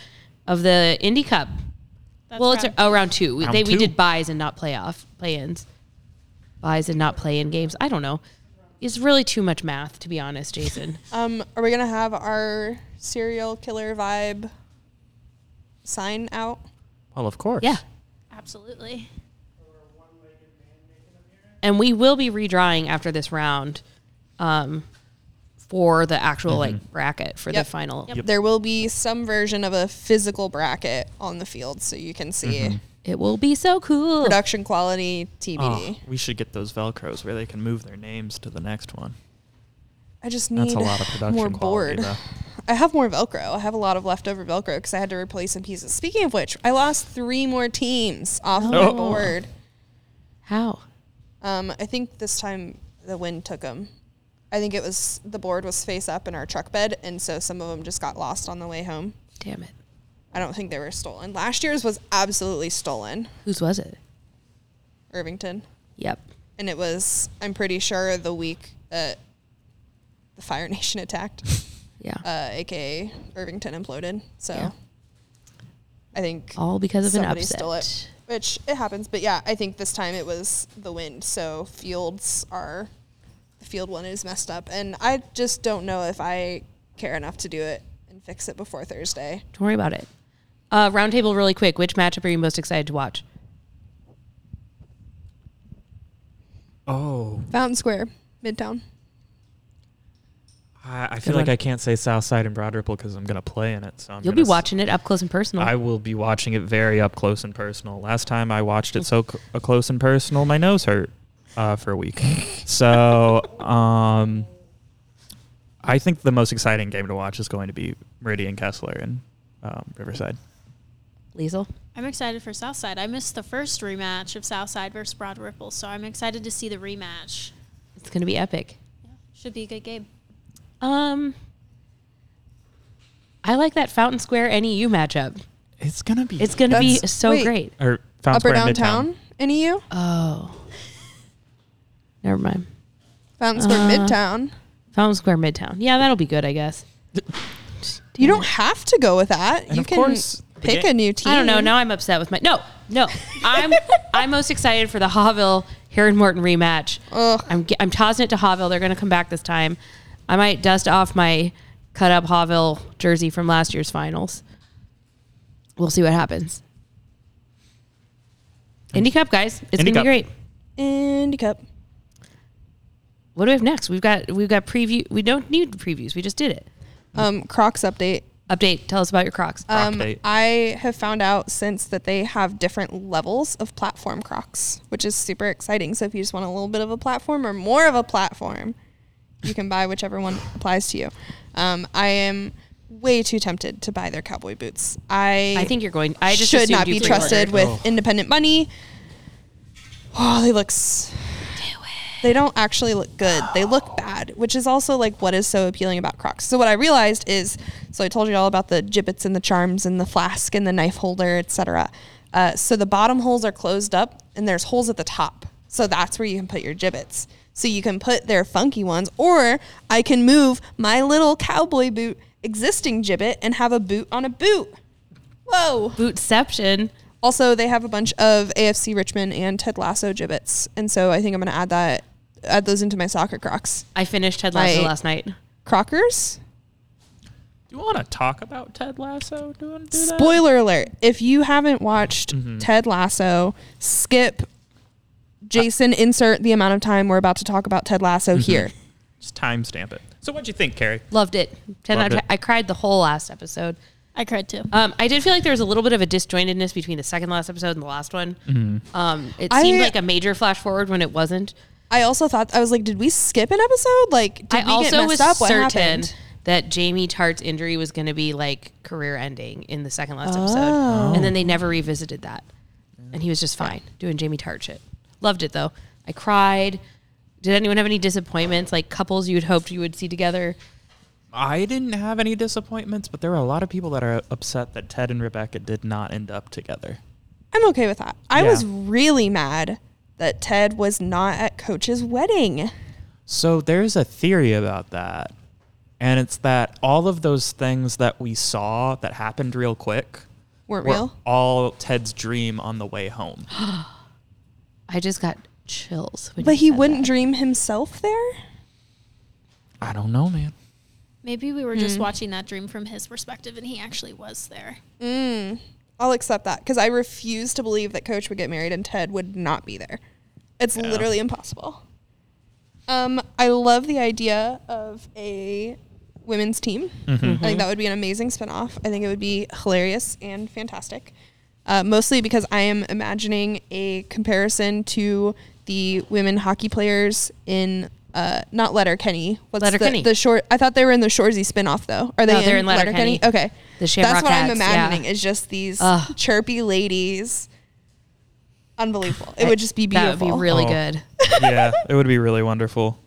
[SPEAKER 1] of the Indy Cup.
[SPEAKER 3] That's
[SPEAKER 1] well, it's
[SPEAKER 3] round-
[SPEAKER 1] oh round two. We,
[SPEAKER 9] Round
[SPEAKER 1] they, we
[SPEAKER 9] two.
[SPEAKER 1] did buys and not playoff play-ins, buys and not play-in games. I don't know. It's really too much math, to be honest, Jason.
[SPEAKER 10] Um, are we gonna have our serial killer vibe sign out?
[SPEAKER 9] Well, of course.
[SPEAKER 1] yeah,
[SPEAKER 3] absolutely.
[SPEAKER 1] and we will be redrawing after this round, um, for the actual like
[SPEAKER 9] Mm-hmm.
[SPEAKER 1] bracket for
[SPEAKER 10] Yep.
[SPEAKER 1] the final.
[SPEAKER 10] There will be some version of a physical bracket on the field, so you can see
[SPEAKER 1] It will be so cool.
[SPEAKER 10] production quality TBD.
[SPEAKER 9] Oh, we should get those Velcros where they can move their names to the next one.
[SPEAKER 10] I just need
[SPEAKER 9] That's a lot of production
[SPEAKER 10] more
[SPEAKER 9] quality,
[SPEAKER 10] board.
[SPEAKER 9] though.
[SPEAKER 10] I have more Velcro. I have a lot of leftover Velcro because I had to replace some pieces. Speaking of which, I lost three more teams off my
[SPEAKER 9] Oh.
[SPEAKER 10] board.
[SPEAKER 1] How?
[SPEAKER 10] Um, I think this time the wind took them. I think it was the board was face up in our truck bed, and so some of them just got lost on the way home.
[SPEAKER 1] Damn it.
[SPEAKER 10] I don't think they were stolen. Last year's was absolutely stolen,
[SPEAKER 1] Whose was it?
[SPEAKER 10] Irvington,
[SPEAKER 1] Yep.
[SPEAKER 10] and it was I'm pretty sure the week that the Fire Nation attacked.
[SPEAKER 1] Yeah.
[SPEAKER 10] uh, aka Irvington imploded. So
[SPEAKER 1] Yeah.
[SPEAKER 10] I think
[SPEAKER 1] All because of an
[SPEAKER 10] somebody
[SPEAKER 1] upset.
[SPEAKER 10] stole it, which it happens. But yeah, I think this time it was the wind. So fields are the field one is messed up, and I just don't know if I care enough to do it and fix it before Thursday.
[SPEAKER 1] Don't worry about it. Uh, roundtable, really quick. Which matchup are you most excited to watch?
[SPEAKER 9] Oh,
[SPEAKER 10] Fountain Square, Midtown.
[SPEAKER 9] I, I feel
[SPEAKER 1] one.
[SPEAKER 9] like I can't say Southside and Broad Ripple because I'm going to play in it. So I'm
[SPEAKER 1] You'll
[SPEAKER 9] gonna
[SPEAKER 1] be
[SPEAKER 9] s-
[SPEAKER 1] watching it up close and personal.
[SPEAKER 9] I will be watching it very up close and personal. Last time I watched it so c- uh, close and personal, my nose hurt uh, for a week. so um, I think the most exciting game to watch is going to be Meridian Kessler and um, Riverside.
[SPEAKER 1] Liesel?
[SPEAKER 3] I'm excited for Southside. I missed the first rematch of Southside versus Broad Ripple, so I'm excited to see the rematch.
[SPEAKER 1] It's going to be epic.
[SPEAKER 3] Should be a good game.
[SPEAKER 1] Um, I like that Fountain Square NEU matchup.
[SPEAKER 9] It's gonna be
[SPEAKER 1] It's going to be
[SPEAKER 10] That's-
[SPEAKER 1] so
[SPEAKER 10] wait.
[SPEAKER 1] great.
[SPEAKER 9] or Fountain
[SPEAKER 10] Upper
[SPEAKER 9] Square and
[SPEAKER 10] downtown,
[SPEAKER 9] Midtown.
[SPEAKER 10] NEU.
[SPEAKER 1] Oh. Never mind.
[SPEAKER 10] Fountain Square,
[SPEAKER 1] Uh,
[SPEAKER 10] Midtown.
[SPEAKER 1] Fountain Square Midtown. Yeah, that'll be good, I guess.
[SPEAKER 10] You don't have to go with that. you
[SPEAKER 9] of
[SPEAKER 10] can
[SPEAKER 9] course, the
[SPEAKER 10] pick
[SPEAKER 9] ga-
[SPEAKER 10] a new team.
[SPEAKER 1] I don't know. Now I'm upset with my no, no. I'm I'm most excited for the Havel Heron Morton rematch.
[SPEAKER 10] Ugh.
[SPEAKER 1] I'm ge- I'm tossing it to Havel. They're going to come back this time. I might dust off my cut up Havel jersey from last year's finals. We'll see what happens. Indy Cup, guys. It's
[SPEAKER 9] Indy
[SPEAKER 1] going to be
[SPEAKER 9] Cup.
[SPEAKER 1] great.
[SPEAKER 10] Indy Cup.
[SPEAKER 1] What do we have next? We've got we've got preview. We don't need previews. We just did it.
[SPEAKER 10] Um, Crocs update.
[SPEAKER 1] Update. Tell us about your Crocs.
[SPEAKER 2] Uh,
[SPEAKER 10] Um,
[SPEAKER 9] Croc date.
[SPEAKER 10] I have found out since that they have different levels of platform crocs, which is super exciting. So if you just want a little bit of a platform or more of a platform, you can buy whichever one applies to you. Um, I am way too tempted to buy their cowboy boots. I
[SPEAKER 1] I think you're going. I just
[SPEAKER 10] should
[SPEAKER 1] assumed
[SPEAKER 10] not
[SPEAKER 1] you
[SPEAKER 10] be
[SPEAKER 1] pre-ordered.
[SPEAKER 10] trusted with independent money. Oh, they look. s- They don't actually look good. They look bad, which is also like what is so appealing about Crocs. So what I realized is, so I told you all about the gibbets and the charms and the flask and the knife holder, etc. Uh, so the bottom holes are closed up, and there's holes at the top. So that's where you can put your gibbets. So you can put their funky ones, or I can move my little cowboy boot existing gibbet and have a boot on a boot. Whoa.
[SPEAKER 1] Bootception.
[SPEAKER 10] Also, they have a bunch of AFC Richmond and Ted Lasso gibbets, and so I think I'm going to add that, add those into my soccer crocs.
[SPEAKER 1] I finished Ted Lasso
[SPEAKER 10] I-
[SPEAKER 1] last night.
[SPEAKER 10] Crockers,
[SPEAKER 2] you want to talk about Ted Lasso doing do that?
[SPEAKER 10] Spoiler alert: If you haven't watched Ted Lasso, skip. Jason, insert the amount of time we're about to talk about Ted Lasso here.
[SPEAKER 2] Just timestamp it. So what'd you think, Carrie?
[SPEAKER 1] Loved it. Ten
[SPEAKER 2] Loved
[SPEAKER 1] out of
[SPEAKER 2] it.
[SPEAKER 1] ten. I cried the whole last episode.
[SPEAKER 3] I cried too.
[SPEAKER 1] Um, I did feel like there was a little bit of a disjointedness between the second last episode and the last one.
[SPEAKER 2] Mm-hmm.
[SPEAKER 1] Um, it
[SPEAKER 10] I-
[SPEAKER 1] seemed like a major flash forward when it wasn't.
[SPEAKER 10] I also thought I was like, did we skip an episode? Like, did
[SPEAKER 1] I
[SPEAKER 10] we get
[SPEAKER 1] also
[SPEAKER 10] messed
[SPEAKER 1] was
[SPEAKER 10] up? What
[SPEAKER 1] certain
[SPEAKER 10] happened?
[SPEAKER 1] that Jamie Tart's injury was going to be like career ending in the second last
[SPEAKER 10] Oh.
[SPEAKER 1] episode, and then they never revisited that. And he was just fine doing Jamie Tart shit. Loved it though. I cried. Did anyone have any disappointments? Like couples you'd hoped you would see together?
[SPEAKER 2] I didn't have any disappointments, but there are a lot of people that are upset that Ted and Rebecca did not end up together.
[SPEAKER 10] I'm okay with that. I
[SPEAKER 2] Yeah.
[SPEAKER 10] was really mad that Ted was not at Coach's wedding.
[SPEAKER 2] So there's a theory about that. And it's that all of those things that we saw that happened real quick
[SPEAKER 10] Weren't
[SPEAKER 2] were
[SPEAKER 10] real?
[SPEAKER 2] all Ted's dream on the way home.
[SPEAKER 1] I just got chills. when
[SPEAKER 10] But
[SPEAKER 1] you
[SPEAKER 10] he
[SPEAKER 1] said
[SPEAKER 10] wouldn't
[SPEAKER 1] that.
[SPEAKER 10] dream himself there?
[SPEAKER 2] I don't know, man.
[SPEAKER 3] Maybe we were just watching that dream from his perspective and he actually was there.
[SPEAKER 10] I'll accept that because I refuse to believe that Coach would get married and Ted would not be there. It's literally impossible. Um, I love the idea of a women's team. I think that would be an amazing spinoff. I think it would be hilarious and fantastic. Uh, mostly because I am imagining a comparison to the women hockey players in uh, not Letterkenny. What's
[SPEAKER 1] Letterkenny.
[SPEAKER 10] The, the short? I thought they were in the Shorzy spinoff though. Are they?
[SPEAKER 1] No,
[SPEAKER 10] in
[SPEAKER 1] they're in
[SPEAKER 10] Letterkenny?
[SPEAKER 1] Letterkenny.
[SPEAKER 10] Okay.
[SPEAKER 1] The
[SPEAKER 10] That's
[SPEAKER 1] Shamrock
[SPEAKER 10] what I'm
[SPEAKER 1] Hats, yeah.
[SPEAKER 10] imagining is just these
[SPEAKER 1] Ugh.
[SPEAKER 10] chirpy ladies. Unbelievable. It would just be beautiful.
[SPEAKER 1] That would be really
[SPEAKER 2] Oh.
[SPEAKER 1] good.
[SPEAKER 2] yeah, it would be really wonderful.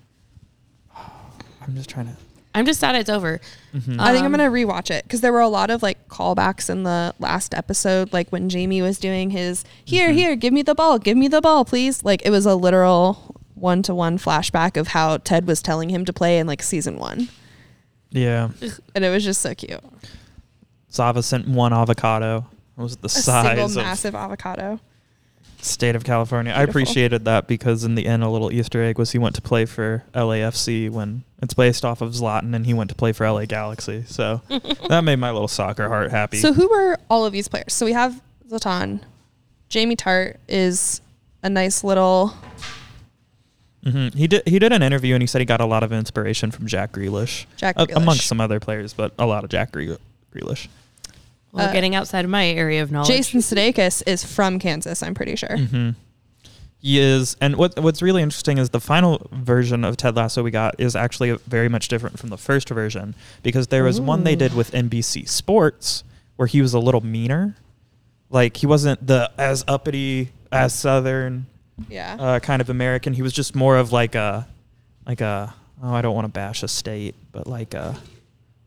[SPEAKER 2] I'm just trying to.
[SPEAKER 1] I'm just sad it's over.
[SPEAKER 10] I think I'm gonna rewatch it because there were a lot of like callbacks in the last episode, like when Jamie was doing his here,
[SPEAKER 1] Mm-hmm.
[SPEAKER 10] here, give me the ball, give me the ball, please. Like it was a literal one to one flashback of how Ted was telling him to play in like season one.
[SPEAKER 2] Yeah.
[SPEAKER 10] And it was just so cute.
[SPEAKER 2] Zava sent one avocado. It was the
[SPEAKER 10] A single
[SPEAKER 2] size of
[SPEAKER 10] massive avocado.
[SPEAKER 2] state of California. I
[SPEAKER 10] Beautiful.
[SPEAKER 2] appreciated that because in the end, a little Easter egg was he went to play for LAFC when it's based off of Zlatan, and he went to play for LA Galaxy. So that made my little soccer heart happy.
[SPEAKER 10] So who were all of these players? So we have Zlatan. Jamie Tart is a nice little
[SPEAKER 2] Mhm. He did. He did an interview, and he said he got a lot of inspiration from Jack Grealish,
[SPEAKER 10] Jack
[SPEAKER 2] a- amongst
[SPEAKER 10] Grealish.
[SPEAKER 2] some other players, but a lot of Jack Gre- Grealish.
[SPEAKER 1] Well,
[SPEAKER 10] Uh,
[SPEAKER 1] Um, getting outside of my area of knowledge. Mm-hmm.
[SPEAKER 10] Jason Sudeikis is from Kansas, I'm pretty sure.
[SPEAKER 2] He is, and what what's really interesting is the final version of Ted Lasso we got is actually very much different from the first version because there was one they did with NBC Sports where he was a little meaner, like he wasn't the as uppity as Southern
[SPEAKER 10] Yeah.
[SPEAKER 2] uh, kind of American. He was just more of like a like a oh I don't want to bash a state, but like a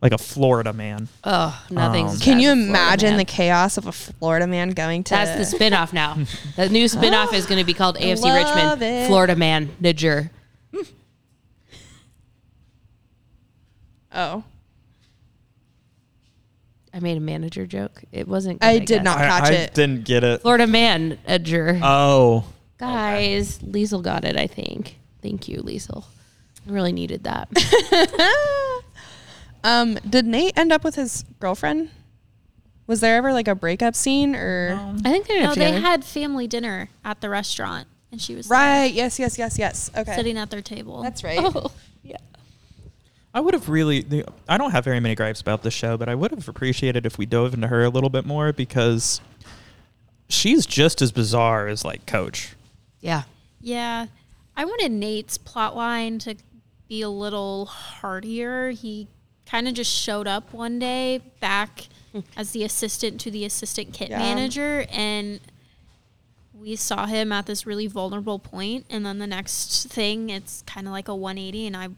[SPEAKER 2] like a Florida man.
[SPEAKER 1] oh, nothing's.
[SPEAKER 2] Um,
[SPEAKER 1] bad
[SPEAKER 10] Can you
[SPEAKER 1] with Florida,
[SPEAKER 10] imagine
[SPEAKER 1] man.
[SPEAKER 10] the chaos of a Florida man going to
[SPEAKER 1] That's the spinoff now. The new spinoff is going to be called AFC
[SPEAKER 10] love
[SPEAKER 1] Richmond,
[SPEAKER 10] it.
[SPEAKER 1] Florida Man, Niger.
[SPEAKER 10] Oh.
[SPEAKER 1] I made a manager joke. It wasn't. Good,
[SPEAKER 10] I did
[SPEAKER 1] guess.
[SPEAKER 10] not catch
[SPEAKER 2] I, I
[SPEAKER 10] it.
[SPEAKER 2] didn't get it.
[SPEAKER 1] Florida Man, Niger.
[SPEAKER 2] Oh,
[SPEAKER 1] Guys, Liesel got it. I think. Thank you, Liesel. I really needed that.
[SPEAKER 10] um, did Nate end up with his girlfriend? Was there ever like a breakup scene or
[SPEAKER 1] I think they ended
[SPEAKER 3] No,
[SPEAKER 1] up
[SPEAKER 3] they
[SPEAKER 1] together.
[SPEAKER 3] had family dinner at the restaurant and she was there,
[SPEAKER 10] Right, yes, yes, yes, yes. Okay.
[SPEAKER 3] sitting at their table.
[SPEAKER 10] That's right.
[SPEAKER 2] I would have really. the- I don't have very many gripes about the show, but I would have appreciated if we dove into her a little bit more because she's just as bizarre as like Coach.
[SPEAKER 1] yeah.
[SPEAKER 3] Yeah. I wanted Nate's plot line to be a little heartier. He kind of just showed up one day back as the assistant to the assistant kit
[SPEAKER 10] Yeah.
[SPEAKER 3] manager and we saw him at this really vulnerable point and then the next thing it's kind of like a 180 and I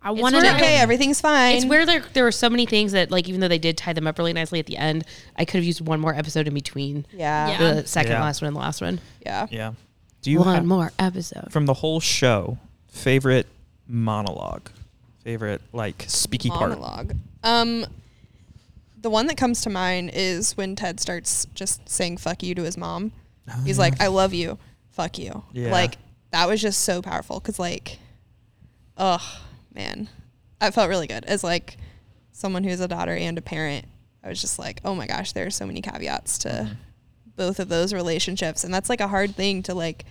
[SPEAKER 3] I wanted
[SPEAKER 1] where
[SPEAKER 10] We're
[SPEAKER 3] to
[SPEAKER 10] okay, everything's fine.
[SPEAKER 1] It's where there there were so many things that like even though they did tie them up really nicely at the end, I could have used one more episode in between
[SPEAKER 10] yeah.
[SPEAKER 3] Yeah.
[SPEAKER 1] the second
[SPEAKER 2] Yeah.
[SPEAKER 1] last one and the last one.
[SPEAKER 10] Yeah.
[SPEAKER 2] Yeah. Do you
[SPEAKER 1] one
[SPEAKER 2] have,
[SPEAKER 1] more episode.
[SPEAKER 2] from the whole show favorite monologue, favorite like speaky part?
[SPEAKER 10] Monologue. Um the one that comes to mind is when Ted starts just saying fuck you to his mom. He's like, I love you. Fuck you.
[SPEAKER 2] Oh, Yeah.
[SPEAKER 10] Like that was just so powerful because like, oh man, that felt really good. As like someone who's a daughter and a parent, I was just like, oh my gosh, there are so many caveats to
[SPEAKER 2] Mm-hmm.
[SPEAKER 10] both of those relationships. And that's like a hard thing to like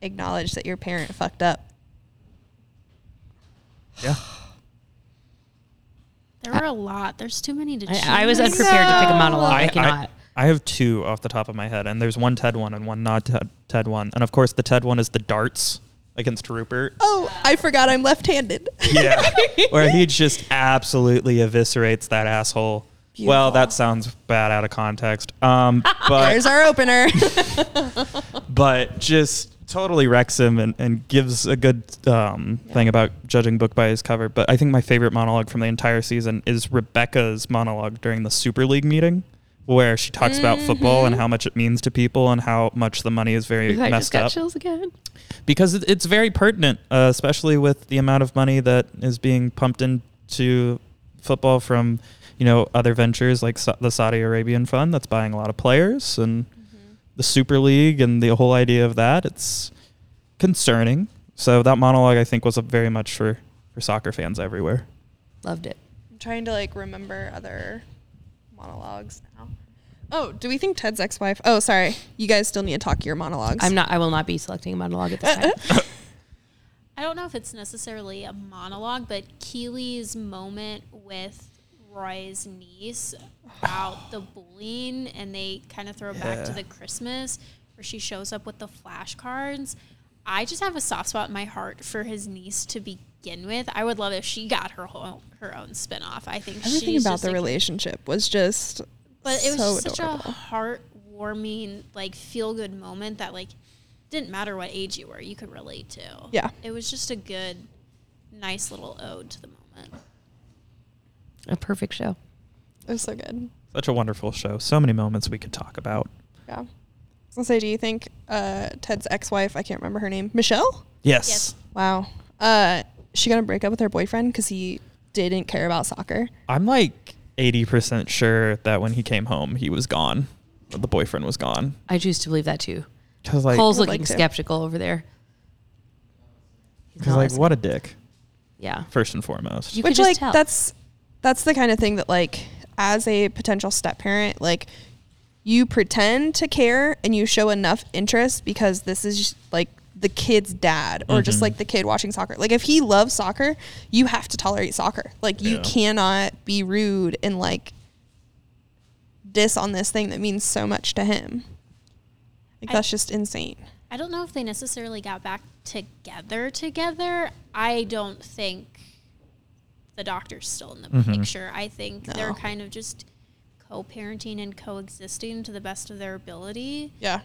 [SPEAKER 10] acknowledge that your parent fucked up.
[SPEAKER 2] Yeah.
[SPEAKER 3] There were a lot. There's too many to choose.
[SPEAKER 1] I, I was unprepared to pick them out a lot. I, cannot.
[SPEAKER 2] I have two off the top of my head, and there's one Ted one and one not Ted, Ted one. And of course, the Ted one is the darts against Rupert.
[SPEAKER 10] Oh, I forgot I'm left handed.
[SPEAKER 2] Yeah. Where he just absolutely eviscerates that asshole. Well, that sounds bad out of context. Um, but
[SPEAKER 10] There's our opener.
[SPEAKER 2] but just totally wrecks him and, and gives a good um, thing about judging book by his cover. But I think my favorite monologue from the entire season is Rebecca's monologue during the Super League meeting, where she talks about football and how much it means to people and how much the money is very
[SPEAKER 1] Mm-hmm. I just
[SPEAKER 2] messed
[SPEAKER 1] got
[SPEAKER 2] up
[SPEAKER 1] chills again.
[SPEAKER 2] because it- it's very pertinent, uh, especially with the amount of money that is being pumped into football from you know other ventures like Sa- the Saudi Arabian fund that's buying a lot of players and the Super League and the whole idea of that. It's concerning. So that monologue I think was a very much for for soccer fans everywhere.
[SPEAKER 1] Loved it.
[SPEAKER 10] I'm trying to like remember other monologues now. Oh, do we think Ted's ex wife? Oh, sorry. You guys still need to talk your monologues.
[SPEAKER 1] I'm not. I will not be selecting a monologue at this time.
[SPEAKER 3] I don't know if it's necessarily a monologue, but Keeley's moment with Roy's niece about the bullying, and they kind of throw back to the Christmas where she shows up with the flashcards. I just have a soft spot in my heart for his niece to begin with. I would love if she got her whole, her own spinoff. I think
[SPEAKER 10] Everything
[SPEAKER 3] she's
[SPEAKER 10] about
[SPEAKER 3] just
[SPEAKER 10] the
[SPEAKER 3] a
[SPEAKER 10] relationship was just.
[SPEAKER 3] but it was
[SPEAKER 10] so
[SPEAKER 3] just such
[SPEAKER 10] adorable.
[SPEAKER 3] a heartwarming, like feel good moment that like didn't matter what age you were, you could relate to.
[SPEAKER 10] Yeah.
[SPEAKER 3] It was just a good, nice little ode to the moment.
[SPEAKER 1] A perfect show.
[SPEAKER 10] It was so good.
[SPEAKER 2] Such a wonderful show. So many moments we could talk about.
[SPEAKER 10] Yeah. I was gonna say, do you think uh, Ted's ex-wife? I can't remember her name. Michelle.
[SPEAKER 2] Yes.
[SPEAKER 3] Yes.
[SPEAKER 10] Wow. Uh, she got to break up with her boyfriend because he didn't care about soccer.
[SPEAKER 2] I'm like 80% sure that when he came home, he was gone. The boyfriend was gone.
[SPEAKER 1] I choose to believe that too.
[SPEAKER 2] Cause like,
[SPEAKER 1] Cole's
[SPEAKER 10] would
[SPEAKER 1] looking
[SPEAKER 10] like to.
[SPEAKER 1] skeptical over there. He's
[SPEAKER 2] Because
[SPEAKER 1] not
[SPEAKER 2] like,
[SPEAKER 1] listening.
[SPEAKER 2] what a dick!
[SPEAKER 1] Yeah.
[SPEAKER 2] First and foremost,
[SPEAKER 1] You could
[SPEAKER 10] Which
[SPEAKER 1] just
[SPEAKER 10] like
[SPEAKER 1] tell.
[SPEAKER 10] that's that's the kind of thing that like as a potential step parent like you pretend to care and you show enough interest because this is just, like the kid's dad or
[SPEAKER 2] Mm-hmm.
[SPEAKER 10] just like the kid watching soccer. Like if he loves soccer, you have to tolerate soccer. Like you
[SPEAKER 2] Yeah.
[SPEAKER 10] cannot be rude and like diss on this thing that means so much to him. Like
[SPEAKER 3] I-
[SPEAKER 10] that's just insane.
[SPEAKER 3] I don't know if they necessarily got back together together. I don't think the doctor's still in the picture. I think they're
[SPEAKER 10] No.
[SPEAKER 3] kind of just co-parenting and coexisting to the best of their ability.
[SPEAKER 10] Yeah.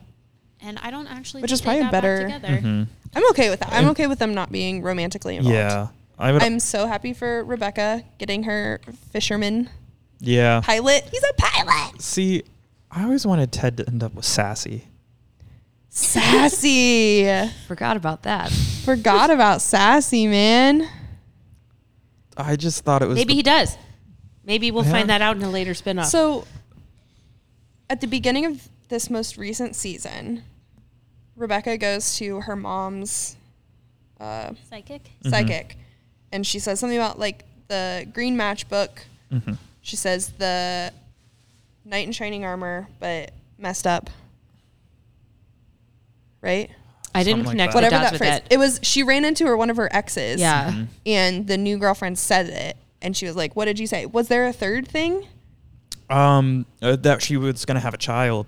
[SPEAKER 3] And I don't actually
[SPEAKER 10] Which
[SPEAKER 3] think
[SPEAKER 10] is probably
[SPEAKER 3] they got back
[SPEAKER 10] better-
[SPEAKER 3] together.
[SPEAKER 2] Mm-hmm.
[SPEAKER 10] I'm okay with that. I'm okay with them not being romantically involved.
[SPEAKER 2] yeah, I would.
[SPEAKER 10] I'm so happy for Rebecca getting her fisherman
[SPEAKER 2] yeah,
[SPEAKER 10] pilot. He's a pilot.
[SPEAKER 2] see, I always wanted Ted to end up with Sassy.
[SPEAKER 10] Sassy.
[SPEAKER 1] Forgot about that.
[SPEAKER 10] Forgot about Sassy, man.
[SPEAKER 2] I just thought it was
[SPEAKER 1] Maybe
[SPEAKER 2] the-
[SPEAKER 1] he does. Maybe we'll find
[SPEAKER 2] Yeah.
[SPEAKER 1] that out in a later spin-off.
[SPEAKER 10] So, at the beginning of this most recent season, Rebecca goes to her mom's uh,
[SPEAKER 3] Psychic.
[SPEAKER 10] psychic and she says something about like the green match book she says the knight in shining armor but messed up right
[SPEAKER 1] I didn't
[SPEAKER 2] something like
[SPEAKER 1] connect
[SPEAKER 2] that.
[SPEAKER 1] the
[SPEAKER 10] whatever
[SPEAKER 1] dots
[SPEAKER 10] that
[SPEAKER 1] with
[SPEAKER 10] phrase
[SPEAKER 1] that.
[SPEAKER 10] it was she ran into her one of her exes
[SPEAKER 1] Yeah.
[SPEAKER 2] Mm-hmm.
[SPEAKER 10] and the new girlfriend said it and she was like what did you say was there a third thing
[SPEAKER 2] um uh, that she was gonna have a child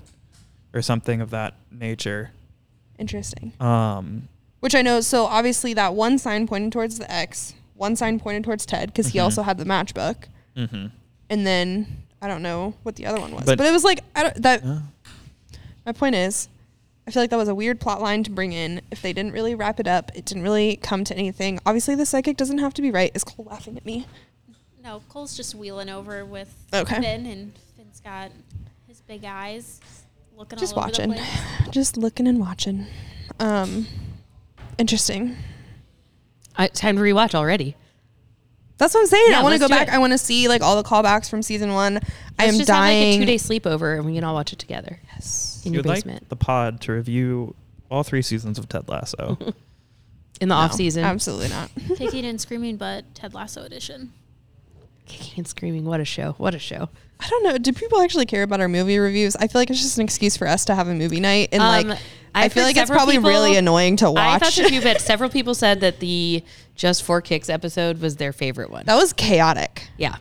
[SPEAKER 2] or something of that nature.
[SPEAKER 10] interesting
[SPEAKER 2] Um,
[SPEAKER 10] which i know so obviously that one sign pointed towards the ex one sign pointed towards ted because he also had the match book
[SPEAKER 2] mm-hmm.
[SPEAKER 10] and then i don't know what the other one was
[SPEAKER 2] But-
[SPEAKER 10] but, it was like i don't that my point is i feel like that was a weird plot line to bring in if they didn't really wrap it up it didn't really come to anything obviously the psychic doesn't have to be right is cole laughing at me
[SPEAKER 3] No, Cole's just wheeling over with
[SPEAKER 10] Okay.
[SPEAKER 3] Finn, and Finn's got his big eyes looking
[SPEAKER 10] just
[SPEAKER 3] all over
[SPEAKER 10] watching
[SPEAKER 3] the place.
[SPEAKER 10] just looking and watching um interesting
[SPEAKER 1] I, time to rewatch already.
[SPEAKER 10] that's what i'm saying
[SPEAKER 1] Yeah,
[SPEAKER 10] i want to
[SPEAKER 1] let's
[SPEAKER 10] go
[SPEAKER 1] do
[SPEAKER 10] back
[SPEAKER 1] it.
[SPEAKER 10] i want to see like all the callbacks from season one i
[SPEAKER 1] Let's
[SPEAKER 10] am
[SPEAKER 1] just
[SPEAKER 10] dying
[SPEAKER 1] have like a two-day sleepover, and we can all watch it together in your
[SPEAKER 2] you'd like
[SPEAKER 1] basement
[SPEAKER 2] the pod to review all three seasons of Ted Lasso.
[SPEAKER 1] in the
[SPEAKER 10] No,
[SPEAKER 1] off season.
[SPEAKER 10] Absolutely not.
[SPEAKER 3] Kicking and screaming, but Ted Lasso edition.
[SPEAKER 1] Kicking and screaming. What a show. What a show.
[SPEAKER 10] I don't know. Do people actually care about our movie reviews? I feel like it's just an excuse for us to have a movie night, and
[SPEAKER 1] Um,
[SPEAKER 10] like I
[SPEAKER 1] I've
[SPEAKER 10] feel
[SPEAKER 1] heard
[SPEAKER 10] like it's
[SPEAKER 1] several
[SPEAKER 10] probably
[SPEAKER 1] people-
[SPEAKER 10] really annoying to
[SPEAKER 1] I
[SPEAKER 10] watch.
[SPEAKER 1] thought that you, but several people said that the Just for Kicks episode was their favorite one.
[SPEAKER 10] that was chaotic,
[SPEAKER 1] Yeah.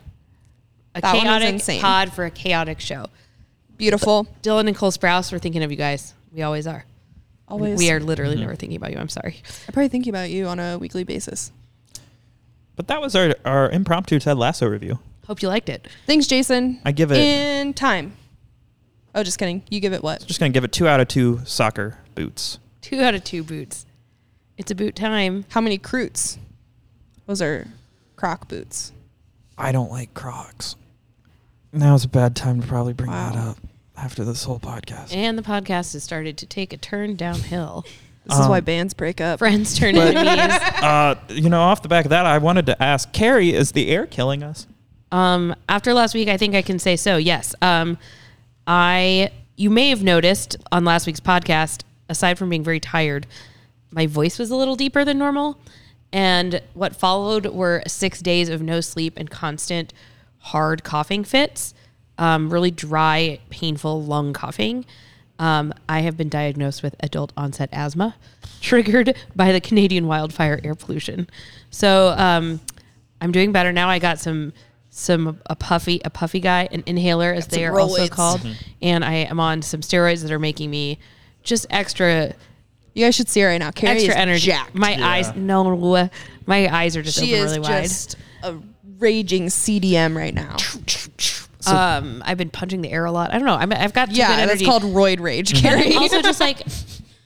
[SPEAKER 1] A
[SPEAKER 10] That one was
[SPEAKER 1] chaotic
[SPEAKER 10] insane.
[SPEAKER 1] pod for a chaotic show.
[SPEAKER 10] beautiful.
[SPEAKER 1] Dylan and Cole Sprouse, we're thinking of you guys. We always are.
[SPEAKER 10] Always,
[SPEAKER 1] We are literally
[SPEAKER 2] Mm-hmm.
[SPEAKER 1] never thinking about you. I'm sorry.
[SPEAKER 10] I probably think about you on a weekly basis.
[SPEAKER 2] But that was our, our impromptu Ted Lasso review.
[SPEAKER 1] Hope you liked it.
[SPEAKER 10] Thanks, Jason.
[SPEAKER 2] I give it-
[SPEAKER 10] in time. Oh, just kidding. You give it what?
[SPEAKER 2] Just gonna give it two out of two soccer boots.
[SPEAKER 1] Two out of two boots. It's a boot time.
[SPEAKER 10] How many croutes? Those are croc boots.
[SPEAKER 2] I don't like Crocs. Now's a bad time to probably bring that up after this whole podcast.
[SPEAKER 1] And the podcast has started to take a turn downhill.
[SPEAKER 10] This
[SPEAKER 1] Um,
[SPEAKER 10] is why bands break up.
[SPEAKER 1] Friends turn enemies.
[SPEAKER 2] Uh, you know, off the back of that, I wanted to ask Carrie, is the air killing us?
[SPEAKER 1] Um, after last week, I think I can say so. Yes. Um, I you may have noticed on last week's podcast, aside from being very tired, my voice was a little deeper than normal, and what followed were six days of no sleep and constant hard coughing fits, um, really dry, painful lung coughing. Um, I have been diagnosed with adult onset asthma, triggered by the Canadian wildfire air pollution. So um, I'm doing better now. I got some some a puffy a puffy guy an inhaler as they
[SPEAKER 10] some
[SPEAKER 1] are also
[SPEAKER 10] roids.
[SPEAKER 1] called and I am on some steroids that are making me just extra
[SPEAKER 10] You guys should see her right now. Carrie
[SPEAKER 1] extra
[SPEAKER 10] is
[SPEAKER 1] energy.
[SPEAKER 10] jacked.
[SPEAKER 1] My
[SPEAKER 2] Yeah.
[SPEAKER 1] eyes no, my eyes are just
[SPEAKER 10] she
[SPEAKER 1] open
[SPEAKER 10] is
[SPEAKER 1] really
[SPEAKER 10] just a raging CDM right now.
[SPEAKER 1] wide. um, I've been punching the air a lot. I don't know. I'm, I've got too good
[SPEAKER 10] Yeah, that's
[SPEAKER 1] energy. Mm-hmm.
[SPEAKER 10] called roid rage, Carrie.
[SPEAKER 1] also just like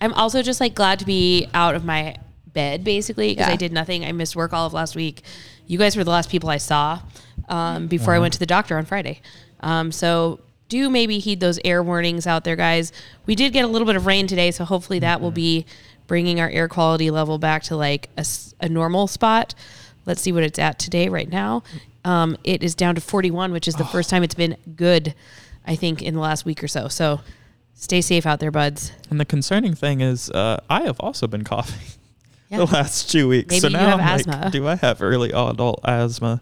[SPEAKER 1] I'm also just like glad to be out of my bed basically because
[SPEAKER 10] Yeah.
[SPEAKER 1] I did nothing. I missed work all of last week. You guys were the last people I saw um, before I went to the doctor on Friday. Um, so do maybe heed those air warnings out there, guys. We did get a little bit of rain today, so hopefully that will be bringing our air quality level back to like a, s- a normal spot. Let's see what it's at today, right now. Um, it is down to 41, which is the first time it's been good, I think, in the last week or so. So Stay safe out there, buds.
[SPEAKER 2] And the concerning thing is, uh, I have also been coughing
[SPEAKER 1] Yeah.
[SPEAKER 2] the last two weeks. so
[SPEAKER 1] Maybe you
[SPEAKER 2] now
[SPEAKER 1] have
[SPEAKER 2] I'm
[SPEAKER 1] asthma.
[SPEAKER 2] like, do I have early adult asthma?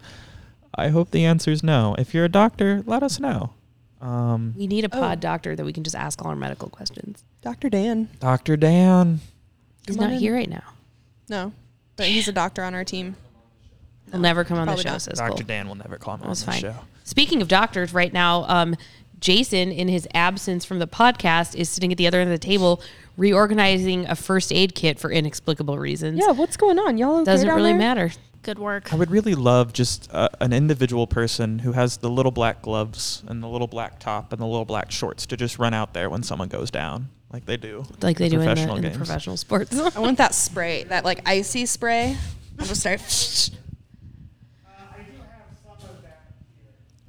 [SPEAKER 2] I hope the answer is no. If you're a doctor, let us know. Um,
[SPEAKER 1] We need a
[SPEAKER 10] Oh.
[SPEAKER 1] pod doctor that we can just ask all our medical questions.
[SPEAKER 10] Dr. Dan.
[SPEAKER 2] Dr. Dan,
[SPEAKER 1] He's
[SPEAKER 10] Come on
[SPEAKER 1] not
[SPEAKER 10] in.
[SPEAKER 1] here right now.
[SPEAKER 10] No, but he's a doctor on our team.
[SPEAKER 1] He'll never come on the
[SPEAKER 10] probably
[SPEAKER 1] show,
[SPEAKER 10] not.
[SPEAKER 1] says Cole.
[SPEAKER 2] Dr. Dan will never comment
[SPEAKER 1] That
[SPEAKER 2] on
[SPEAKER 1] was
[SPEAKER 2] the
[SPEAKER 1] fine.
[SPEAKER 2] show.
[SPEAKER 1] Speaking of doctors, right now, um, Jason, in his absence from the podcast, is sitting at the other end of the table reorganizing a first aid kit for inexplicable reasons.
[SPEAKER 10] what's going on? Y'all okay
[SPEAKER 1] Doesn't really matter.
[SPEAKER 3] Good work.
[SPEAKER 2] I would really love just uh, an individual person who has the little black gloves and the little black top and the little black shorts to just run out there when someone goes down, like they do,
[SPEAKER 1] Like they do in the,
[SPEAKER 2] professional
[SPEAKER 1] in the
[SPEAKER 2] games.
[SPEAKER 1] professional sports.
[SPEAKER 10] I want that spray, that like icy spray. I'll just start.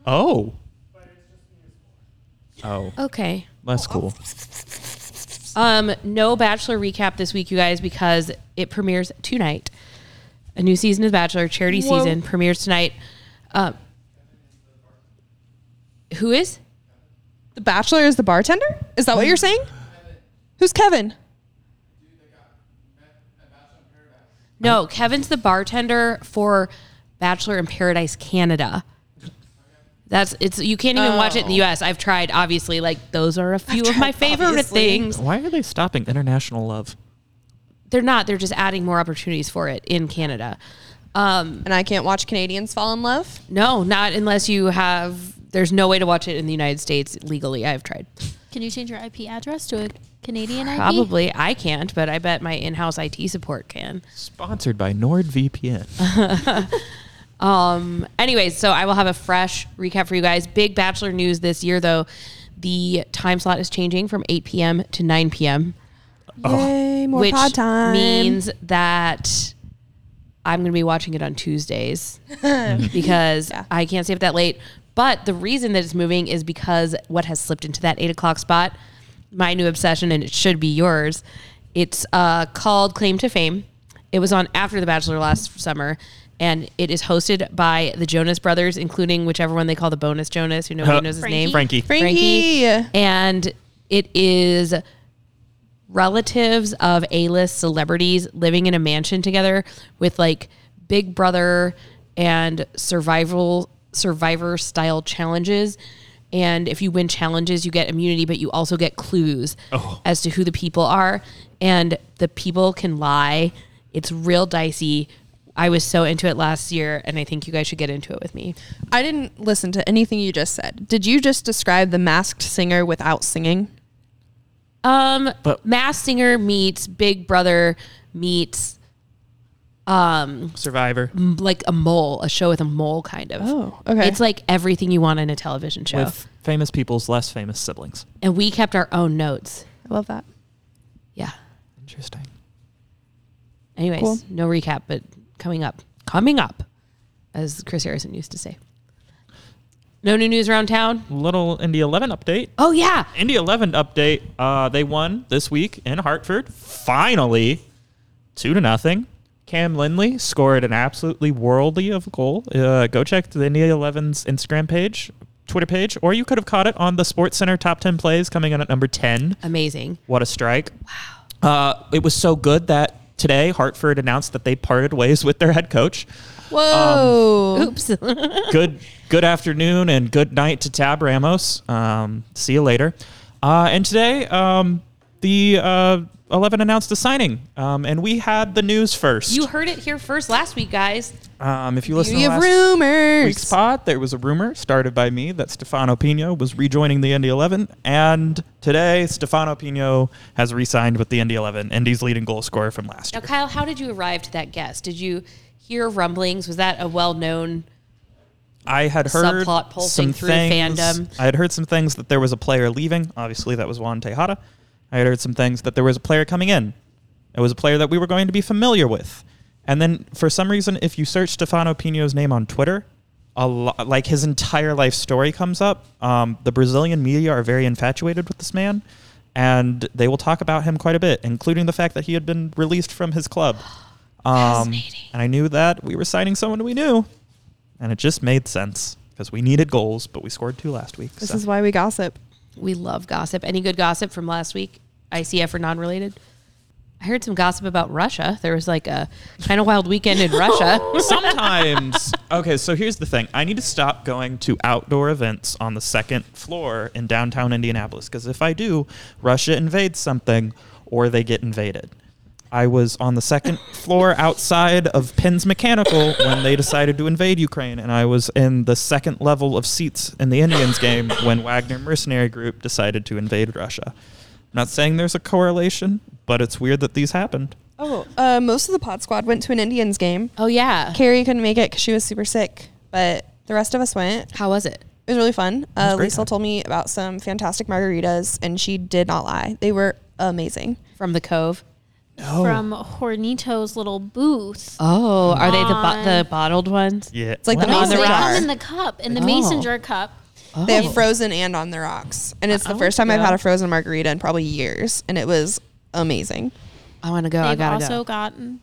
[SPEAKER 2] Oh, oh,
[SPEAKER 1] okay.
[SPEAKER 2] that's cool.
[SPEAKER 1] Um, no Bachelor recap this week, you guys, because it premieres tonight. A new season of Bachelor, charity season, premieres tonight. Um, who is?
[SPEAKER 10] The Bachelor is the bartender? Is that what you're saying? Who's Kevin?
[SPEAKER 1] No, Kevin's the bartender for Bachelor in Paradise Canada. That's it's you can't even watch it in the US. I've tried obviously like those are a few of my favorite
[SPEAKER 10] obviously.
[SPEAKER 1] things.
[SPEAKER 2] Why are they stopping international love?
[SPEAKER 1] They're not, they're just adding more opportunities for it in Canada. Um,
[SPEAKER 10] And I can't watch Canadians fall in love.
[SPEAKER 1] No, not unless you have. There's no way to watch it in the United States legally. I've tried.
[SPEAKER 3] Can you change your IP address to a Canadian IP?
[SPEAKER 1] Probably I can't, but I bet my in-house IT support can.
[SPEAKER 2] Sponsored by NordVPN.
[SPEAKER 1] Anyways, Um, so I will have a fresh recap for you guys. Big Bachelor news this year, though. The time slot is changing from 8 p.m. to 9 p.m.,
[SPEAKER 10] Yay, more
[SPEAKER 1] which
[SPEAKER 10] pod time.
[SPEAKER 1] means that I'm going to be watching it on Tuesdays because I can't stay up that late. But the reason that it's moving is because what has slipped into that eight o'clock spot, my new obsession, and it should be yours. It's uh, called Claim to Fame. It was on after The Bachelor last summer, and it is hosted by the Jonas Brothers, including whichever one they call the bonus Jonas, who nobody knows his name,
[SPEAKER 2] Frankie.
[SPEAKER 1] Frankie.
[SPEAKER 10] Frankie.
[SPEAKER 1] And it is relatives of A-list celebrities living in a mansion together with like Big Brother and survival survivor style challenges. And if you win challenges, you get immunity, but you also get clues
[SPEAKER 2] Oh.
[SPEAKER 1] as to who the people are. And the people can lie. It's real dicey. I was so into it last year, and I think you guys should get into it with me.
[SPEAKER 10] I didn't listen to anything you just said. Did you just describe the masked singer without singing?
[SPEAKER 1] Um,
[SPEAKER 2] But-
[SPEAKER 1] Mass Singer meets Big Brother meets
[SPEAKER 2] Survivor
[SPEAKER 1] m- like a mole, a show with a mole kind of.
[SPEAKER 10] Oh, okay.
[SPEAKER 1] It's like everything you want in a television show.
[SPEAKER 2] with famous people's less famous siblings.
[SPEAKER 1] and we kept our own notes.
[SPEAKER 10] I love that.
[SPEAKER 1] Yeah.
[SPEAKER 2] Interesting.
[SPEAKER 1] Anyways,
[SPEAKER 10] Cool.
[SPEAKER 1] no recap, but coming up, coming up, as Chris Harrison used to say. No new news around town.
[SPEAKER 2] Little Indy 11 update.
[SPEAKER 1] Oh yeah,
[SPEAKER 2] Indy 11 update. Uh, they won this week in Hartford. Finally, two to nothing. Cam Lindley scored an absolutely worldly of a goal. Uh, go check the Indy 11's Instagram page, Twitter page, or you could have caught it on the Sports Center top 10 plays coming in at number 10.
[SPEAKER 1] amazing.
[SPEAKER 2] What a strike. Wow. Uh, it was so good that today Hartford announced that they parted ways with their head coach. Um,
[SPEAKER 10] Whoa.
[SPEAKER 1] Oops.
[SPEAKER 2] good good afternoon and good night to Tab Ramos. Um, see you later. Uh, and today, um, the uh, Eleven announced a signing, um, and we had the news first.
[SPEAKER 1] you heard it here first last week, guys.
[SPEAKER 2] um, if you listen
[SPEAKER 10] Beauty
[SPEAKER 2] to
[SPEAKER 10] of
[SPEAKER 2] last week's
[SPEAKER 10] rumors.
[SPEAKER 2] pod, there was a rumor started by me that Stefano Pino was rejoining the Indy Eleven, and today Stefano Pino has re-signed with the Indy Eleven, Indy's leading goal scorer from last
[SPEAKER 1] Now,
[SPEAKER 2] year.
[SPEAKER 1] Kyle, how did you arrive to that guess? Did you hear rumblings? Was that a well-known?
[SPEAKER 2] I had heard
[SPEAKER 1] Subplot pulsing
[SPEAKER 2] some
[SPEAKER 1] through
[SPEAKER 2] things-
[SPEAKER 1] fandom.
[SPEAKER 2] I had heard some things that there was a player leaving. Obviously, that was Juan Tejada. I had heard some things that there was a player coming in. It was a player that we were going to be familiar with. And then, for some reason, if you search Stefano Pino's name on Twitter, a lo- like his entire life story comes up. Um, the Brazilian media are very infatuated with this man, and they will talk about him quite a bit, including the fact that he had been released from his club. Um, and I knew that we were signing someone we knew, and it just made sense because we needed goals, but we scored two last week.
[SPEAKER 10] This
[SPEAKER 2] so.
[SPEAKER 10] is why we gossip.
[SPEAKER 1] We love gossip. Any good gossip from last week? ICF or non-related? I heard some gossip about Russia. There was like a kind of wild weekend in Russia.
[SPEAKER 2] Sometimes, okay, so here's the thing. I need to stop going to outdoor events on the second floor in downtown Indianapolis because if I do, Russia invades something or they get invaded. I was on the second floor outside of Penn's Mechanical when they decided to invade Ukraine, and I was in the second level of seats in the Indians game when Wagner Mercenary Group decided to invade Russia. I'm not saying there's a correlation, but it's weird that these happened.
[SPEAKER 10] Oh, uh, most of the pod squad went to an Indians game.
[SPEAKER 1] Oh yeah.
[SPEAKER 10] Carrie couldn't make it because she was super sick, but the rest of us went.
[SPEAKER 1] How was it?
[SPEAKER 10] It was really fun. Uh,
[SPEAKER 2] a great
[SPEAKER 10] Lisa
[SPEAKER 2] time.
[SPEAKER 10] told me about some fantastic margaritas, and she did not lie. They were amazing.
[SPEAKER 1] From the Cove.
[SPEAKER 2] Oh.
[SPEAKER 3] from Hornito's little booth.
[SPEAKER 1] Oh, are they the bo-
[SPEAKER 3] on-
[SPEAKER 1] the bottled ones?
[SPEAKER 2] Yeah.
[SPEAKER 10] It's like the
[SPEAKER 1] Wow.
[SPEAKER 3] They-
[SPEAKER 10] on the
[SPEAKER 3] they come
[SPEAKER 10] rock.
[SPEAKER 3] in the cup, in the
[SPEAKER 2] Oh.
[SPEAKER 3] mason jar cup.
[SPEAKER 10] They have frozen and on the rocks, and it's the first time I've had a frozen margarita in probably years, and it was amazing.
[SPEAKER 1] I want to go. Oh, I
[SPEAKER 3] They've
[SPEAKER 1] gotta
[SPEAKER 3] also
[SPEAKER 1] go.
[SPEAKER 3] gotten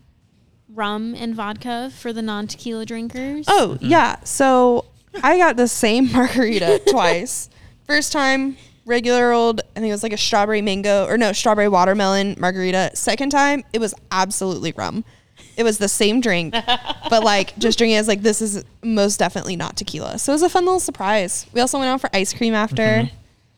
[SPEAKER 3] rum and vodka for the non tequila drinkers.
[SPEAKER 10] Oh yeah, so I got the same margarita twice. First time regular old, I think it was like a strawberry mango or no strawberry watermelon margarita. Second time it was absolutely rum. It was the same drink, but like just drinking it as like this is most definitely not tequila. So it was a fun little surprise. We also went out for ice cream after.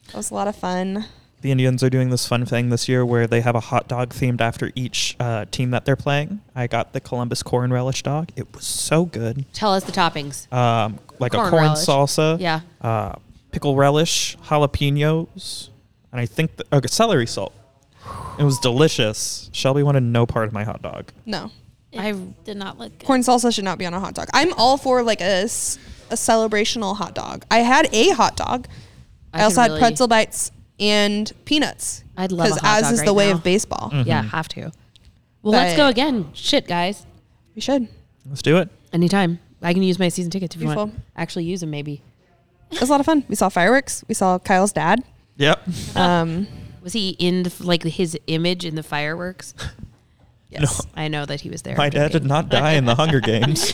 [SPEAKER 10] That was a lot of fun.
[SPEAKER 2] the Indians are doing this fun thing this year where they have a hot dog themed after each uh, team that they're playing. I got the Columbus corn relish dog. It was so good.
[SPEAKER 1] Tell us the toppings.
[SPEAKER 2] Um, like
[SPEAKER 1] Corn
[SPEAKER 2] a corn
[SPEAKER 1] relish.
[SPEAKER 2] salsa,
[SPEAKER 1] Yeah.
[SPEAKER 2] uh, pickle relish, jalapenos, and I think the, okay, celery salt. It was delicious. Shelby wanted no part of my hot dog.
[SPEAKER 10] No,
[SPEAKER 1] I
[SPEAKER 3] Did not look good.
[SPEAKER 10] corn salsa should not be on a hot dog. I'm all for like a, s- a celebrational hot dog. I had a hot dog. I,
[SPEAKER 1] can
[SPEAKER 10] also had
[SPEAKER 1] really-
[SPEAKER 10] pretzel bites and peanuts.
[SPEAKER 1] I'd love a hot
[SPEAKER 10] as
[SPEAKER 1] dog
[SPEAKER 10] is
[SPEAKER 1] right
[SPEAKER 10] the way
[SPEAKER 1] now. Mm.
[SPEAKER 10] of baseball.
[SPEAKER 1] Yeah, have to. Well,
[SPEAKER 10] But-
[SPEAKER 1] let's go again. Shit, guys.
[SPEAKER 10] We should,
[SPEAKER 2] Let's do it.
[SPEAKER 1] Anytime. I can use my season tickets if you want.
[SPEAKER 10] Beautiful.
[SPEAKER 1] Actually, use them maybe.
[SPEAKER 10] it was a lot of fun. We saw fireworks. We saw Kyle's dad.
[SPEAKER 2] Yep.
[SPEAKER 1] Ah.
[SPEAKER 10] Um,
[SPEAKER 1] Was he in the, f- like his image in the fireworks?
[SPEAKER 10] yes,
[SPEAKER 1] I know that he was there.
[SPEAKER 2] My dad did not die in the Hunger Games.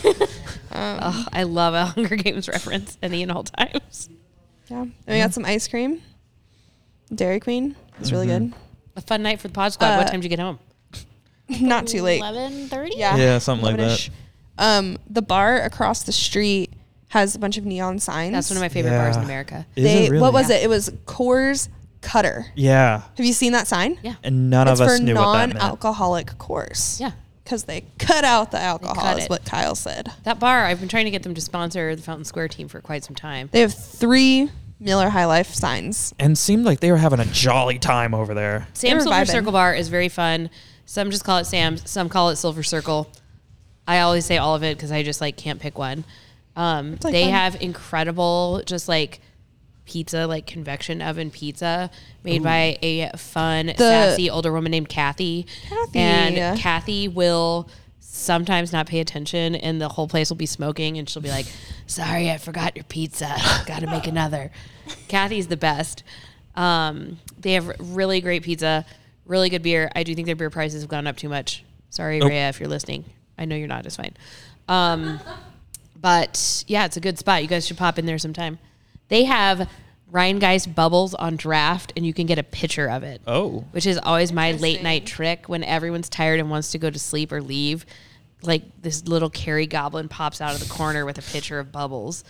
[SPEAKER 1] Oh, I love a Hunger Games reference, any and all times.
[SPEAKER 10] yeah. And we got some ice cream. Dairy Queen. It was really
[SPEAKER 2] Mm-hmm.
[SPEAKER 10] good.
[SPEAKER 1] A fun night for the pod squad. what
[SPEAKER 10] Uh,
[SPEAKER 1] time did you get home?
[SPEAKER 10] not too late.
[SPEAKER 3] Eleven thirty.
[SPEAKER 10] Yeah.
[SPEAKER 2] Yeah, something like
[SPEAKER 10] 11-ish. Um, the bar across the street has a bunch of neon signs.
[SPEAKER 1] That's one of my favorite bars in America.
[SPEAKER 2] Is
[SPEAKER 10] they,
[SPEAKER 2] it really?
[SPEAKER 10] What was it? It was Coors Cutter.
[SPEAKER 2] Yeah.
[SPEAKER 10] Have you seen that sign?
[SPEAKER 1] Yeah.
[SPEAKER 2] And none
[SPEAKER 10] it's
[SPEAKER 2] of us
[SPEAKER 10] for
[SPEAKER 2] knew what that meant.
[SPEAKER 10] non-alcoholic Coors.
[SPEAKER 1] Yeah.
[SPEAKER 10] Because they cut out the alcohol,
[SPEAKER 1] cut
[SPEAKER 10] is
[SPEAKER 1] it.
[SPEAKER 10] what Kyle said.
[SPEAKER 1] That bar, I've been trying to get them to sponsor the Fountain Square team for quite some time.
[SPEAKER 10] They have three Miller High Life signs.
[SPEAKER 2] And seemed like they were having a jolly time over there.
[SPEAKER 1] Sam's
[SPEAKER 10] They were
[SPEAKER 1] Silver
[SPEAKER 10] vibing.
[SPEAKER 1] Circle Bar is very fun. Some just call it Sam's, some call it Silver Circle. I always say all of it because I just like can't pick one. Um,
[SPEAKER 10] like
[SPEAKER 1] they
[SPEAKER 10] fun.
[SPEAKER 1] have incredible, just like pizza, like convection oven pizza made by a fun, sassy older woman named Kathy.
[SPEAKER 10] Kathy.
[SPEAKER 1] And Kathy will sometimes not pay attention and the whole place will be smoking and she'll be like, Sorry, I forgot your pizza. Gotta make another. Kathy's the best. Um, they have really great pizza, really good beer. I do think their beer prices have gone up too much. Sorry, Rhea, if you're listening. I know you're not, it's fine. Um, but yeah, it's a good spot. You guys should pop in there sometime. They have Ryan Geist bubbles on draft, and you can get a picture of it.
[SPEAKER 2] Oh.
[SPEAKER 1] Which is always my late night trick when everyone's tired and wants to go to sleep or leave. Like this little carry goblin pops out of the corner with a picture of bubbles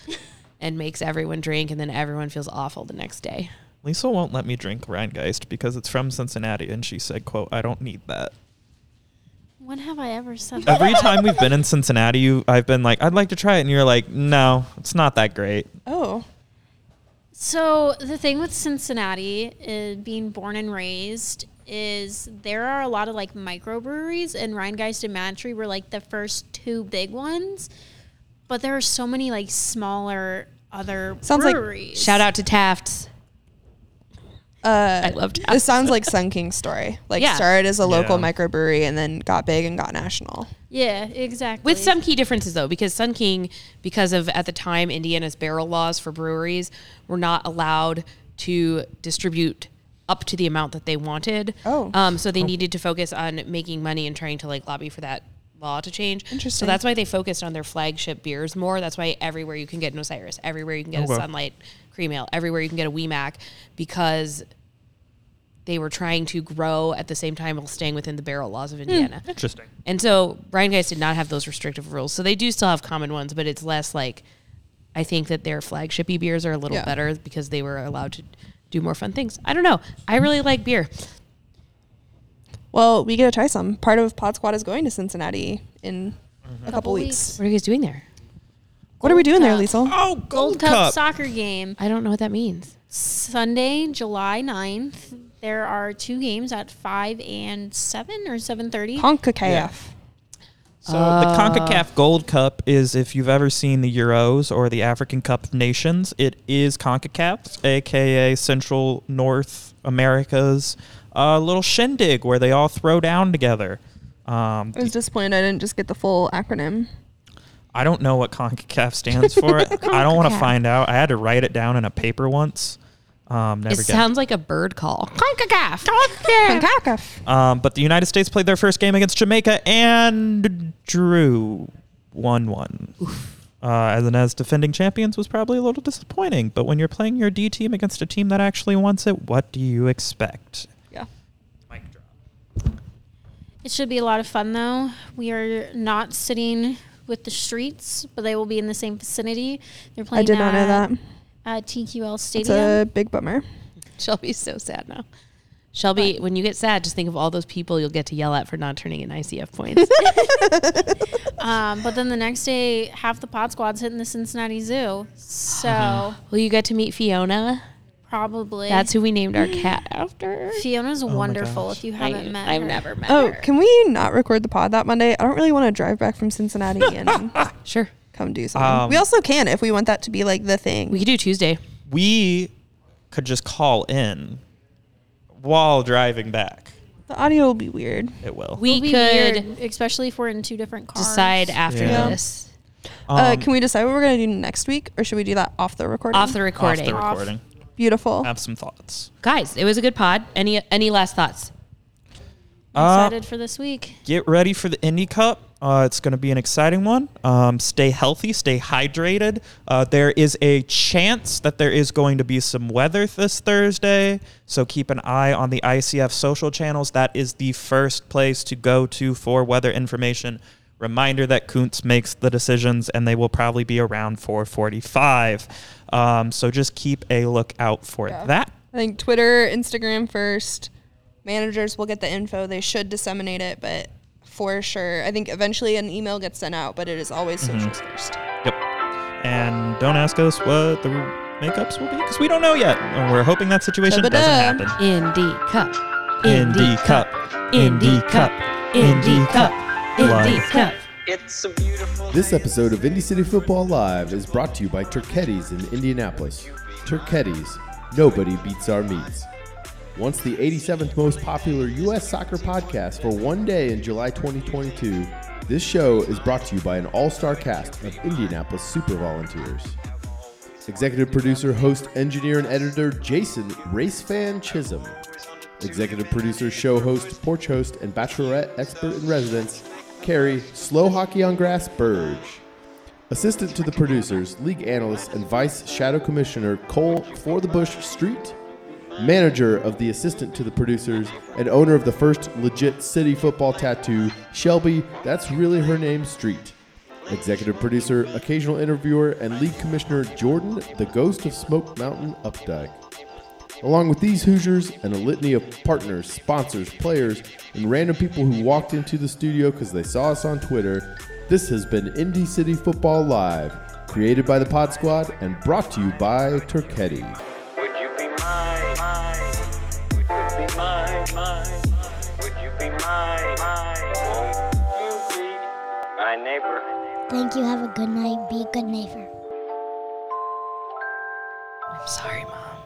[SPEAKER 1] and makes everyone drink, and then everyone feels awful the next day.
[SPEAKER 2] Lisa won't let me drink Rheingeist because it's from Cincinnati and she said, quote, I don't need that.
[SPEAKER 3] When have I ever said that?
[SPEAKER 2] Every time we've been in Cincinnati, you, I've been like, I'd like to try it. And you're like, no, it's not that great.
[SPEAKER 10] Oh,
[SPEAKER 3] So the thing with Cincinnati, uh, being born and raised, is there are a lot of like microbreweries, and Rheingeist and Mantry were like the first two big ones, but there are so many like smaller other
[SPEAKER 10] Sounds like-
[SPEAKER 3] breweries.
[SPEAKER 1] Shout out to Taft's.
[SPEAKER 10] uh,
[SPEAKER 1] I love Taft's.
[SPEAKER 10] this sounds like Sun King story. Like
[SPEAKER 1] Yeah.
[SPEAKER 10] started as a local
[SPEAKER 2] Yeah.
[SPEAKER 10] microbrewery and then got big and got national.
[SPEAKER 3] yeah, exactly.
[SPEAKER 1] With some key differences though, because Sun King, because of at the time Indiana's barrel laws for breweries, were not allowed to distribute up to the amount that they wanted.
[SPEAKER 10] Oh.
[SPEAKER 1] um, so they needed to focus on making money and trying to like lobby for that law to change. So
[SPEAKER 10] Interesting.
[SPEAKER 1] that's why they focused on their flagship beers more. That's why everywhere you can get an Osiris, everywhere you can get a Sunlight Cream Ale, everywhere you can get a WEMAC, because they were trying to grow at the same time while staying within the barrel laws
[SPEAKER 10] Hmm.
[SPEAKER 1] of Indiana.
[SPEAKER 2] Interesting.
[SPEAKER 1] And so Brian Geist did not have those restrictive rules. So they do still have common ones, but it's less like I think that their flagshipy beers are a little
[SPEAKER 10] Yeah.
[SPEAKER 1] better because they were allowed to do more fun things. I don't know. I really like beer.
[SPEAKER 10] Well, we get to try some. Part of Pod Squad is going to Cincinnati in
[SPEAKER 2] Mm-hmm.
[SPEAKER 10] a couple weeks.
[SPEAKER 1] What are you guys doing there?
[SPEAKER 10] What are we doing there,
[SPEAKER 3] Gold
[SPEAKER 10] Liesel?
[SPEAKER 2] Oh,
[SPEAKER 3] Gold Cup soccer game.
[SPEAKER 1] I don't know what that means.
[SPEAKER 3] Sunday, July 9th, there are two games at 5 and 7 or 7:30.
[SPEAKER 10] CONCACAF.
[SPEAKER 2] Yeah. So the CONCACAF Gold Cup is, if you've ever seen the Euros or the African Cup of Nations, it is CONCACAF, aka Central North America's uh, little shindig where they all throw down together. Um,
[SPEAKER 10] I was disappointed I didn't just get the full acronym.
[SPEAKER 2] I don't know what CONCACAF stands for. I don't want to find out. I had to write it down in a paper once. Um, never
[SPEAKER 1] it
[SPEAKER 2] get
[SPEAKER 1] sounds like a bird call. CONCACAF.
[SPEAKER 10] CONCACAF.
[SPEAKER 2] Um, but the United States played their first game against Jamaica and drew 1 1. Uh, as and as defending champions was probably a little disappointing, but when you're playing your D team against a team that actually wants it, what do you expect?
[SPEAKER 10] Yeah.
[SPEAKER 3] It should be a lot of fun though. We are not sitting with the streets, but they will be in the same vicinity. They're playing
[SPEAKER 10] I did not know
[SPEAKER 3] at-
[SPEAKER 10] that.
[SPEAKER 3] at TQL
[SPEAKER 10] It's
[SPEAKER 3] Stadium.
[SPEAKER 10] a big bummer.
[SPEAKER 1] Shelby's so sad now. Shelby, when you get sad, just think of all those people you'll get to yell at for not turning in ICF points.
[SPEAKER 3] um, but then the next day, half the pod squad's hitting the Cincinnati Zoo. So
[SPEAKER 1] Will you get to meet Fiona?
[SPEAKER 3] probably
[SPEAKER 1] That's who we named our cat after.
[SPEAKER 3] Fiona's wonderful. If you
[SPEAKER 1] Oh I-
[SPEAKER 3] haven't met,
[SPEAKER 1] I've
[SPEAKER 3] her.
[SPEAKER 1] never met
[SPEAKER 10] Oh,
[SPEAKER 1] her.
[SPEAKER 10] can we not record the pod that Monday? I don't really want to drive back from Cincinnati and
[SPEAKER 1] Sure.
[SPEAKER 10] come do something.
[SPEAKER 2] Um,
[SPEAKER 10] we also can if we want that to be like the thing.
[SPEAKER 1] We could do Tuesday.
[SPEAKER 2] We could just call in while driving back.
[SPEAKER 10] the audio will be weird.
[SPEAKER 2] It will.
[SPEAKER 1] We
[SPEAKER 3] It'll be
[SPEAKER 1] could
[SPEAKER 3] weird, especially if we're in two different cars.
[SPEAKER 1] decide after
[SPEAKER 2] Yeah.
[SPEAKER 1] this
[SPEAKER 10] uh,
[SPEAKER 2] Um,
[SPEAKER 10] can we decide what we're going to do next week or should we do that off the recording?
[SPEAKER 1] off the
[SPEAKER 2] off
[SPEAKER 1] recording.
[SPEAKER 2] the recording.
[SPEAKER 10] Beautiful.
[SPEAKER 2] Have some thoughts.
[SPEAKER 1] Guys, it was a good pod. Any any last thoughts?
[SPEAKER 2] Uh,
[SPEAKER 3] Excited for this week.
[SPEAKER 2] get ready for the Indie Cup. Uh, it's going to be an exciting one. Um, stay healthy, stay hydrated. Uh, there is a chance that there is going to be some weather this Thursday, so keep an eye on the ICF social channels. That is the first place to go to for weather information Reminder that Kuntz makes the decisions, and they will probably be around 4:45. Um, so just keep a lookout for
[SPEAKER 10] Yeah.
[SPEAKER 2] that.
[SPEAKER 10] I think Twitter, Instagram first. Managers will get the info. They should disseminate it, but for sure, I think eventually an email gets sent out, but it is always
[SPEAKER 1] Mm-hmm.
[SPEAKER 10] socials first.
[SPEAKER 2] Yep. And don't ask us what the makeups will be because we don't know yet. And we're hoping that situation doesn't
[SPEAKER 10] Ba-ba-dum.
[SPEAKER 2] happen.
[SPEAKER 1] Indie cup.
[SPEAKER 2] Indie cup. Indie cup. Indie cup.
[SPEAKER 1] Indie
[SPEAKER 2] Live.
[SPEAKER 1] cup.
[SPEAKER 11] It's a beautiful
[SPEAKER 12] This episode of Indy City Football Live is brought to you by Turketti's in Indianapolis. Turketti's, nobody beats our meats. Once the 87th most popular U.S. soccer podcast for one day in July 2022, this show is brought to you by an all star cast of Indianapolis Super Volunteers. Executive producer, host, engineer, and editor Jason Racefan Chisholm. Executive producer, show host, porch host, and bachelorette expert in residence, Carrie Slow Hockey on Grass Burge. Assistant to the producers, league analyst, and vice shadow commissioner Cole For the Bush Street. Manager of the assistant to the producers and owner of the first legit city football tattoo, Shelby, that's really her name, Street. Executive producer, occasional interviewer, and league commissioner Jordan, the ghost of Smoke Mountain Updike. Along with these Hoosiers and a litany of partners, sponsors, players, and random people who walked into the studio because they saw us on Twitter, this has been Indy City Football Live, created by the Pod Squad and brought to you by Turketti.
[SPEAKER 11] Would you be mine? mine? Would you be mine? mine? Would you be mine? mine? Won't you be my neighbor?
[SPEAKER 13] Thank you. Have a good night. Be a good neighbor.
[SPEAKER 1] I'm sorry, mom.